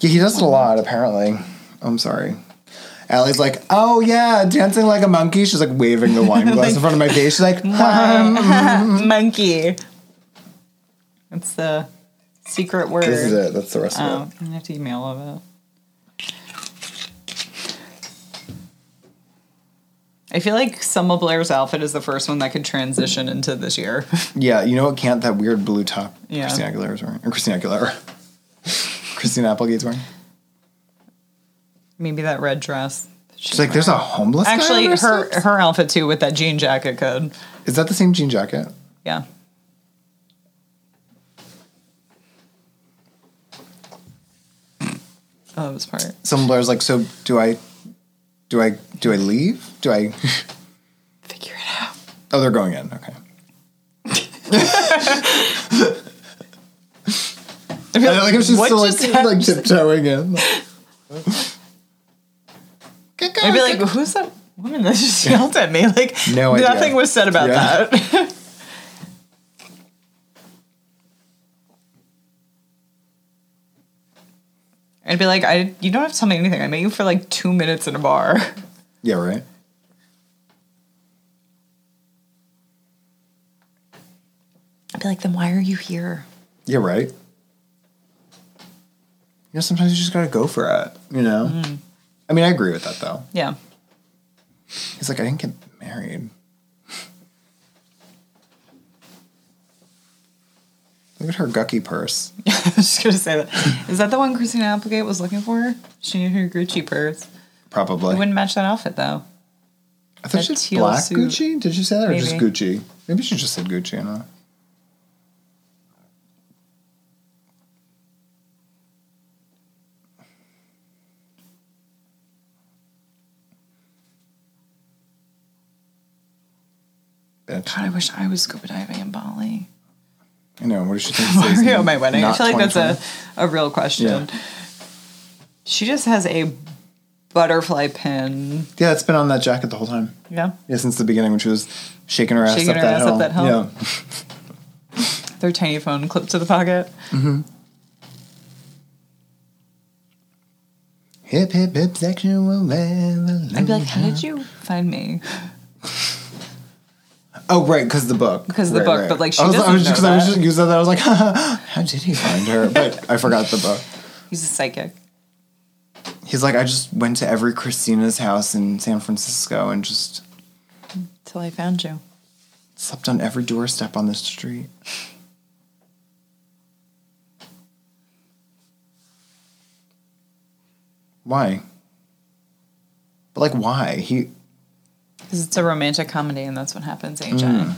A: Yeah, he does it a lot, apparently. I'm sorry. Allie's like, oh yeah, dancing like a monkey. She's like waving the wine glass in front of my face. She's like, "Ha."
B: monkey. That's the secret word.
A: this is it. That's the rest
B: Oh,
A: of
B: I'm gonna have to email of it. I feel like Selma Blair's outfit is the first one that could transition into this year.
A: it. Yeah, you know what can't that weird blue top
B: Yeah.
A: Christina Aguilera's wearing? Or Christina Aguilera. Christina Applegate's wearing.
B: Maybe that red dress. that she
A: She's like, there's a homeless guy
B: actually
A: on our
B: her
A: steps?"
B: her outfit too with that jean jacket could.
A: Is that the same jean jacket?
B: Yeah. Oh, that was part.
A: Some Blair's like, so do I do I do I leave? Do I
B: Figure it out.
A: Oh, they're going in. Okay. I feel like if she's
B: What
A: still
B: just
A: like, like
B: happened?
A: tiptoeing in.
B: I'd be like, who's that woman that just yelled at me? Like,
A: No idea.
B: nothing was said about
A: Yeah.
B: that. I'd be like, I you don't have to tell me anything. I met you for like two minutes in a bar.
A: Yeah, right.
B: I'd be like, then why are you here?
A: Yeah, right. You know, sometimes you just gotta go for it. You know.
B: Mm.
A: I mean, I agree with that though.
B: Yeah.
A: He's like, I didn't get married. Look at her gucky purse.
B: I was just gonna say that. Is that the one Christina Applegate was looking for? She knew her Gucci purse. It
A: Probably.
B: wouldn't match that outfit though.
A: I thought
B: that
A: she said
B: teal
A: black
B: suit.
A: Gucci. Did you say that or just
B: Maybe.
A: Gucci? Maybe she just said Gucci. You know. Bitch.
B: God, I wish I was scuba diving in Bali.
A: I know. What does she think? it says?
B: Mario at my wedding. I
A: Not
B: feel like that's
A: 2020?
B: a, a real question. She just has a butterfly pin.
A: Yeah, it's been on that jacket the whole time.
B: Yeah.
A: Yeah, since the beginning when she was shaking her ass,
B: Shaking
A: up,
B: her
A: that
B: ass up
A: hill.
B: that hill.
A: Yeah.
B: Their tiny phone clipped to the pocket.
A: Hip, hip, hip, sexual
B: I'd be like,
A: revolution.
B: how did you find me?
A: Oh, right, because the book.
B: Because the
A: Right,
B: book,
A: right.
B: but, like, she
A: I was, I was
B: doesn't
A: just,
B: know
A: 'cause I was
B: that.
A: just using that. I was like, how did he find her? But I forgot the book.
B: He's a psychic.
A: He's like, I just went to every Christina's house in San Francisco and just
B: Till I found you.
A: slept on every doorstep on the street. Why? But like, why he?
B: Because it's a romantic comedy and that's what happens, agent.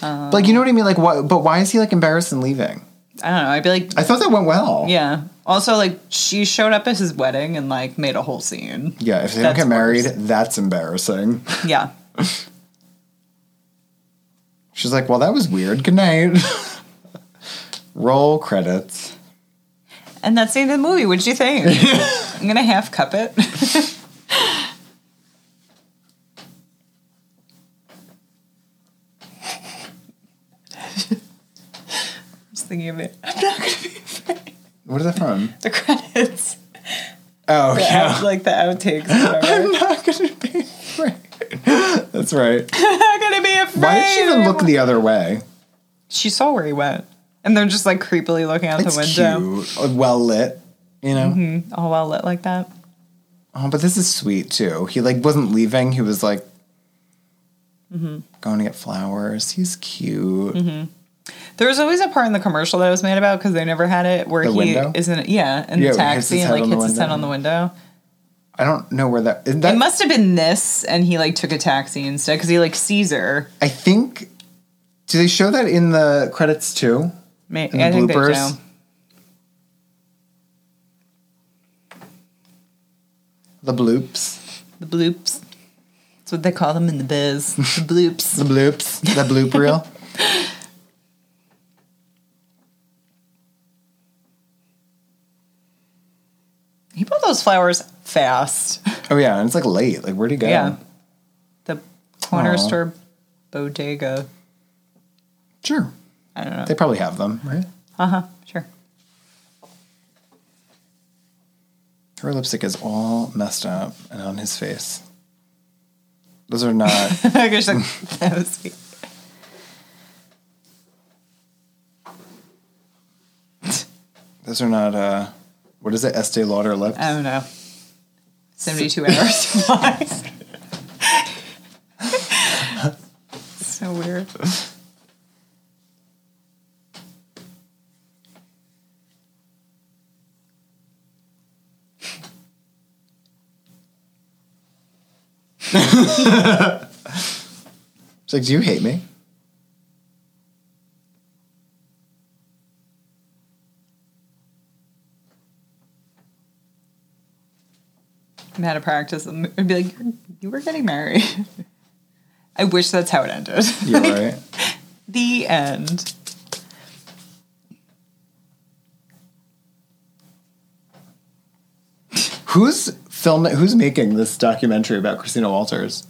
A: but, like, you know what I mean? Like, why? But why is he like embarrassed and leaving?
B: I don't know. I'd be like,
A: I thought that went well.
B: yeah. Also, like, she showed up at his wedding and, like, made a whole scene.
A: Yeah, if they don't
B: That's
A: get married,
B: worse.
A: that's embarrassing.
B: Yeah.
A: She's like, well, that was weird. Good night. Roll credits.
B: And that's the end of the movie. What'd you think? I'm going to half cup it. Just thinking of it. I'm not going to be afraid.
A: What is that from?
B: The credits.
A: Oh,
B: The
A: yeah.
B: out- like the outtakes. or Whatever.
A: I'm not going to be afraid. That's right.
B: I'm not going to be afraid.
A: Why did she even look
B: anymore.
A: the other way?
B: She saw where he went. And they're just like creepily looking out
A: It's
B: the window. Mm-hmm.
A: cute. uh, Well lit, you know?
B: All well lit like that.
A: Oh, but this is sweet, too. He, like, wasn't leaving. He was, like,
B: Mm-hmm.
A: going to get flowers. He's cute.
B: There was always a part in the commercial that I was mad about because they never had it where
A: The
B: he
A: window?
B: is in yeah
A: Yeah, where
B: in the
A: he hits
B: taxi
A: his
B: and
A: head
B: like
A: on the
B: hits his head
A: window.
B: on the window.
A: I don't know where that. Is
B: It
A: that
B: must have been this, and he like took a taxi instead because he like sees her.
A: I think. Do they show that in the credits, too?
B: Ma-
A: In the
B: I think they
A: bloopers?
B: do.
A: The bloops.
B: The bloops. That's what they call them in the biz. The bloops.
A: The bloops. The bloop reel.
B: he bought those flowers fast.
A: Oh yeah, and it's like late. Like where'd he go?
B: Yeah. The corner
A: Aw.
B: store bodega.
A: Sure.
B: I don't know.
A: They probably have them, right?
B: Uh huh. Sure.
A: Her lipstick is all messed up and on his face. Those are not
B: I guess that, that was me.
A: those are not uh what is it? Estee Lauder lips.
B: I don't know. Seventy-two hours supplies. so weird.
A: She's like, Do you hate me?
B: I'm out of practice. and I'd be like, you were getting married. I wish that's how it ended.
A: You're right.
B: The end.
A: Who's film? Who's making this documentary about Christina Walters?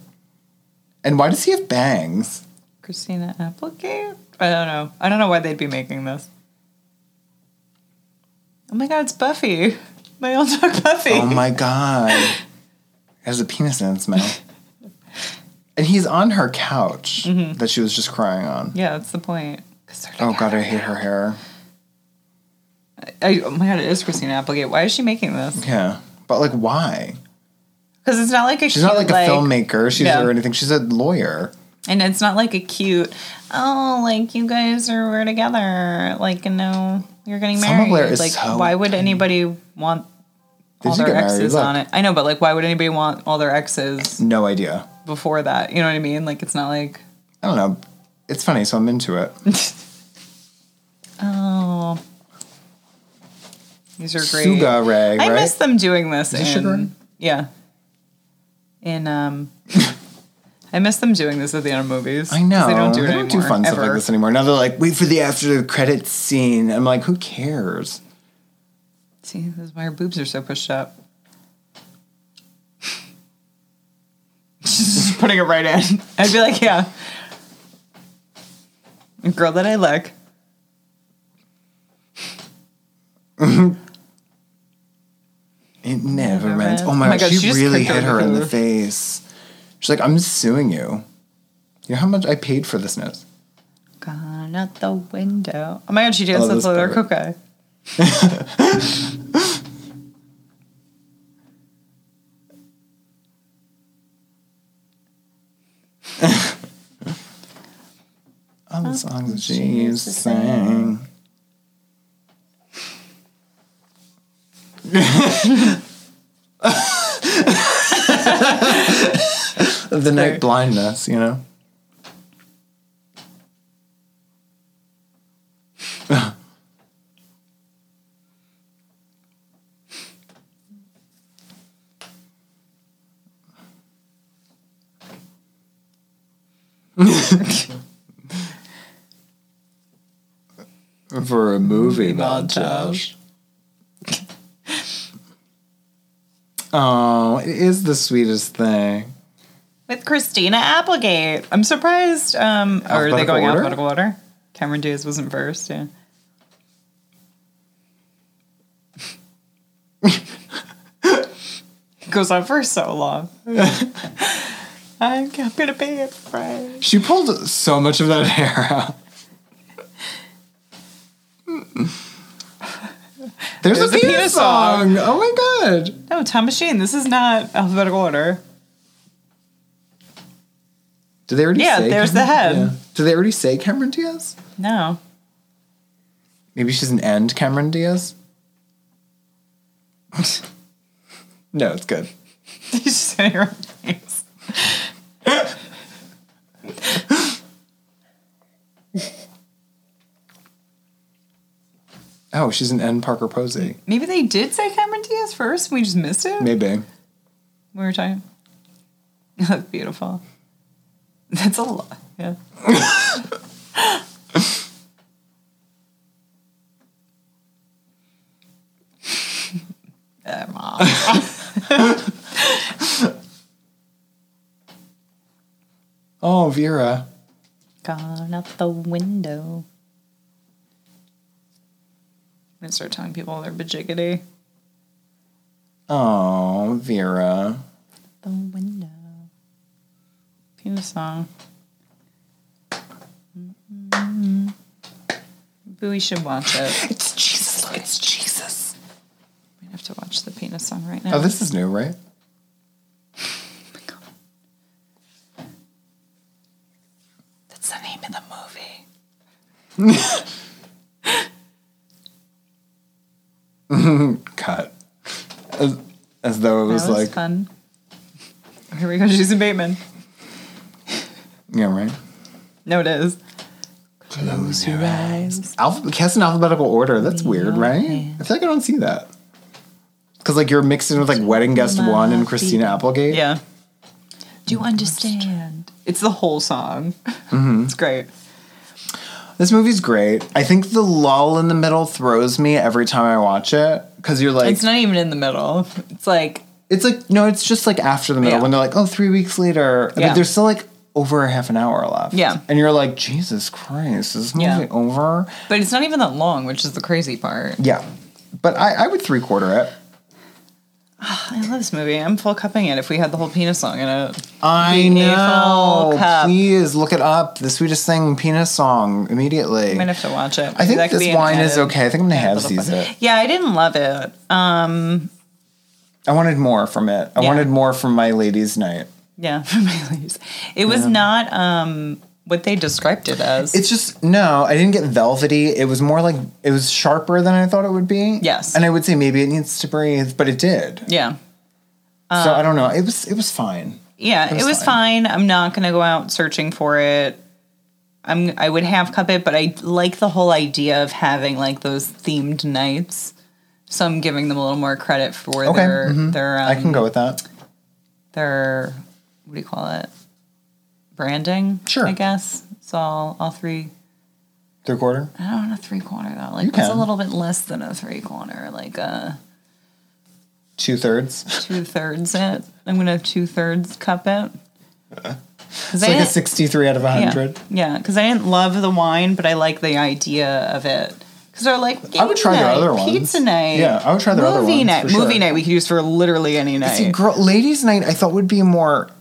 A: And why does he have bangs?
B: Christina Applegate? I don't know. I don't know why they'd be making this. Oh my god, it's Buffy. My old dog Buffy.
A: Oh my god, has a penis in its mouth. And he's on her couch
B: Mm-hmm.
A: that she was just crying on.
B: yeah, that's the point. 'Cause they're
A: Oh
B: together.
A: god, I hate her hair.
B: I, oh my god, it is Christina Applegate. Why is she making this?
A: Yeah, but like, why?
B: Because it's not like a
A: She's not like
B: cute,
A: a filmmaker. She's
B: Yeah.
A: or anything. She's a lawyer.
B: and it's not like a cute. Oh, like you guys are we're together. Like no, you're getting
A: Summer
B: married.
A: Blair is
B: like
A: so
B: why would anybody want
A: They
B: all
A: did
B: their
A: get married,
B: exes
A: look.
B: on it? I know, but like why would anybody want all their exes
A: No idea.
B: before that? You know what I mean? Like it's not like
A: I don't know. It's funny, so I'm into it.
B: oh. These are great.
A: Suga Ray,
B: I
A: right?
B: miss them doing this. in,
A: it Sugar?
B: Yeah. In um, I miss them doing this at the end of movies.
A: I know.
B: They don't do it
A: They
B: anymore.
A: do fun stuff like
B: ever.
A: this anymore. Now they're like, wait for the after the credits scene. I'm like, who cares?
B: See, this is why her boobs are so pushed up. She's just putting it right in. I'd be like, yeah. Girl that I like.
A: It never, ends.
B: ends.
A: Oh my,
B: Oh my
A: god,
B: God, she
A: she
B: just
A: really
B: clicked her
A: hit her in the
B: with-
A: face. She's like, I'm suing you. You know how much I paid for this nose?
B: Gone out the window. Oh my god, she
A: love
B: dances with
A: this
B: other
A: part.
B: coca.
A: All the songs that she used to sing. the night blindness, you know? For a movie montage. Oh, it is the sweetest thing.
B: With Christina Applegate. I'm surprised. Um, oh, are they
A: Alphabetical
B: going
A: order?
B: alphabetical order? Cameron Diaz wasn't first, yeah. It Goes on for so long. I'm gonna be a friend.
A: She pulled so much of that hair out. There's, a, penis, song. Oh my god.
B: No, Tom Machine. This is not alphabetical order.
A: Did they already
B: Yeah,
A: say
B: there's the
A: Cameron-
B: head.
A: Yeah. Did they already say Cameron Diaz?
B: No,
A: Maybe she's an end Cameron Diaz? no, it's good.
B: he's just in your face.
A: Oh, she's an end Parker Posey.
B: Maybe they did say Cameron Diaz first. We just missed it.
A: Maybe.
B: We were talking. That's beautiful. That's a lot. Yeah. Eh, Mom.
A: Oh, Vera.
B: Gone out the window. I'm gonna start telling people they're bajiggity.
A: Oh, Vera.
B: The window. Penis song. Mm-hmm. mm Bowie should watch it.
A: It's Jesus. It's Jesus.
B: We have to watch the penis song right now.
A: Oh, this is new, right?
B: That's the name of the movie.
A: Cut. As, as though it
B: That
A: was,
B: was
A: like,
B: fun. Here we go, Jason Bateman.
A: yeah, right?
B: No, it is.
A: Close your eyes. Alpha, cast in alphabetical order. That's weird, right? I feel like I don't see that. Because, like, you're mixed in with, like, Wedding Guest 1 and Christina Applegate.
B: Yeah.
A: Mm-hmm.
B: Do you understand? It's the whole song. It's great.
A: This movie's great. I think the lull in the middle throws me every time I watch it because you're like,
B: It's not even in the middle. It's like
A: It's like no, it's just like after the middle
B: Yeah.
A: when they're like, oh, three weeks later. But
B: Yeah.
A: there's still like over a half an hour left.
B: Yeah.
A: and you're like, Jesus Christ, is this movie
B: Yeah.
A: over?
B: but it's not even that long, which is the crazy part.
A: Yeah, but I, I would three quarter it.
B: I love this movie. I'm full cupping it if we had the whole penis song in it.
A: I
B: Beautiful
A: know.
B: cup.
A: Please look it up. The sweetest thing, penis song, immediately.
B: I might have to watch it.
A: I think
B: That could be
A: this
B: an
A: wine is
B: added-
A: okay. I think I'm gonna
B: added
A: have
B: little
A: these
B: fun.
A: it.
B: Yeah, I didn't love it. Um,
A: I wanted more from it. I
B: Yeah.
A: wanted more from my ladies' night.
B: Yeah, my leaves. It was not um what they described it as.
A: It's just no, I didn't get velvety. It was more like it was sharper than I thought it would be.
B: Yes.
A: and I would say maybe it needs to breathe, but it did.
B: yeah. Um,
A: so I don't know. It was it was fine.
B: Yeah, it
A: was
B: was, fine. I'm not going to go out searching for it. I'm I would have cup it, but I like the whole idea of having like those themed nights. So I'm giving them a little more credit for
A: Okay, Mm-hmm.
B: their their um,
A: I can go with that.
B: their what do you call it? Branding,
A: Sure.
B: I guess. So all, all three.
A: Three quarter.
B: I don't know three quarter though. Like
A: You
B: it's a
A: can.
B: little bit less than a three quarter, like uh
A: Two thirds.
B: two thirds it. I'm gonna two thirds cup it. 'Cause
A: It's
B: I
A: like a
B: didn't-
A: sixty three out of hundred.
B: Yeah, because I didn't love the wine, but like the idea of it. Because they're like,
A: I would
B: game
A: try their
B: night,
A: other ones.
B: Pizza night.
A: Yeah, I would try their
B: movie
A: other ones,
B: Night.
A: for sure.
B: Movie night we could use for literally any night.
A: See, girl, ladies' night I thought would be more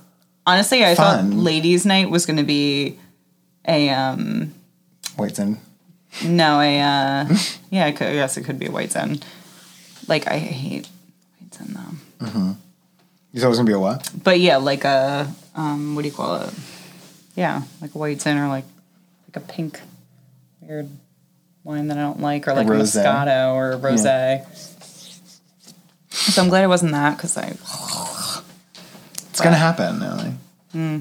B: Honestly, I thought
A: fun.
B: ladies' night was going to be a um
A: wait then.
B: no a uh yeah I, could, I guess it could be a white zen. Like I hate white zen though.
A: You thought it was gonna be a what?
B: But yeah, like a um what do you call it? Yeah, like a white zen or like like a pink weird wine that I don't like or like a,
A: rosé.
B: moscato or a rosé. So I'm glad it wasn't that because I
A: It's gonna happen, Ellie. Hmm.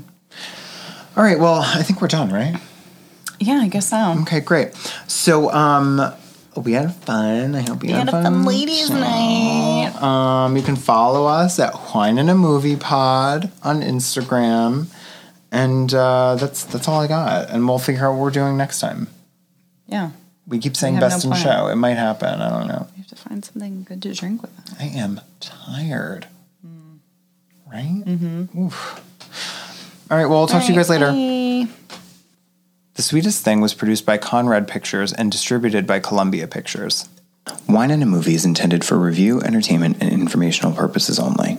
A: All right, well, I think we're done, right?
B: yeah I guess so.
A: Okay, great. So, um, we had fun. I hope you
B: We
A: had,
B: had a
A: fun.
B: fun ladies' night.
A: Um, you can follow us at Wine and a Movie Pod on Instagram, and uh, that's that's all I got. And we'll figure out what we're doing next time.
B: Yeah,
A: We keep saying
B: have
A: best
B: no
A: in
B: plan.
A: show. It might happen. I don't know.
B: we have to find something good to drink with. Us.
A: I am tired.
B: Hmm.
A: Right? Mm-hmm. Oof. All right. Well, I'll talk to you guys later.
B: Bye.
A: The Sweetest Thing was produced by Conrad Pictures and distributed by Columbia Pictures. Wine and a Movie is intended for review, entertainment, and informational purposes only.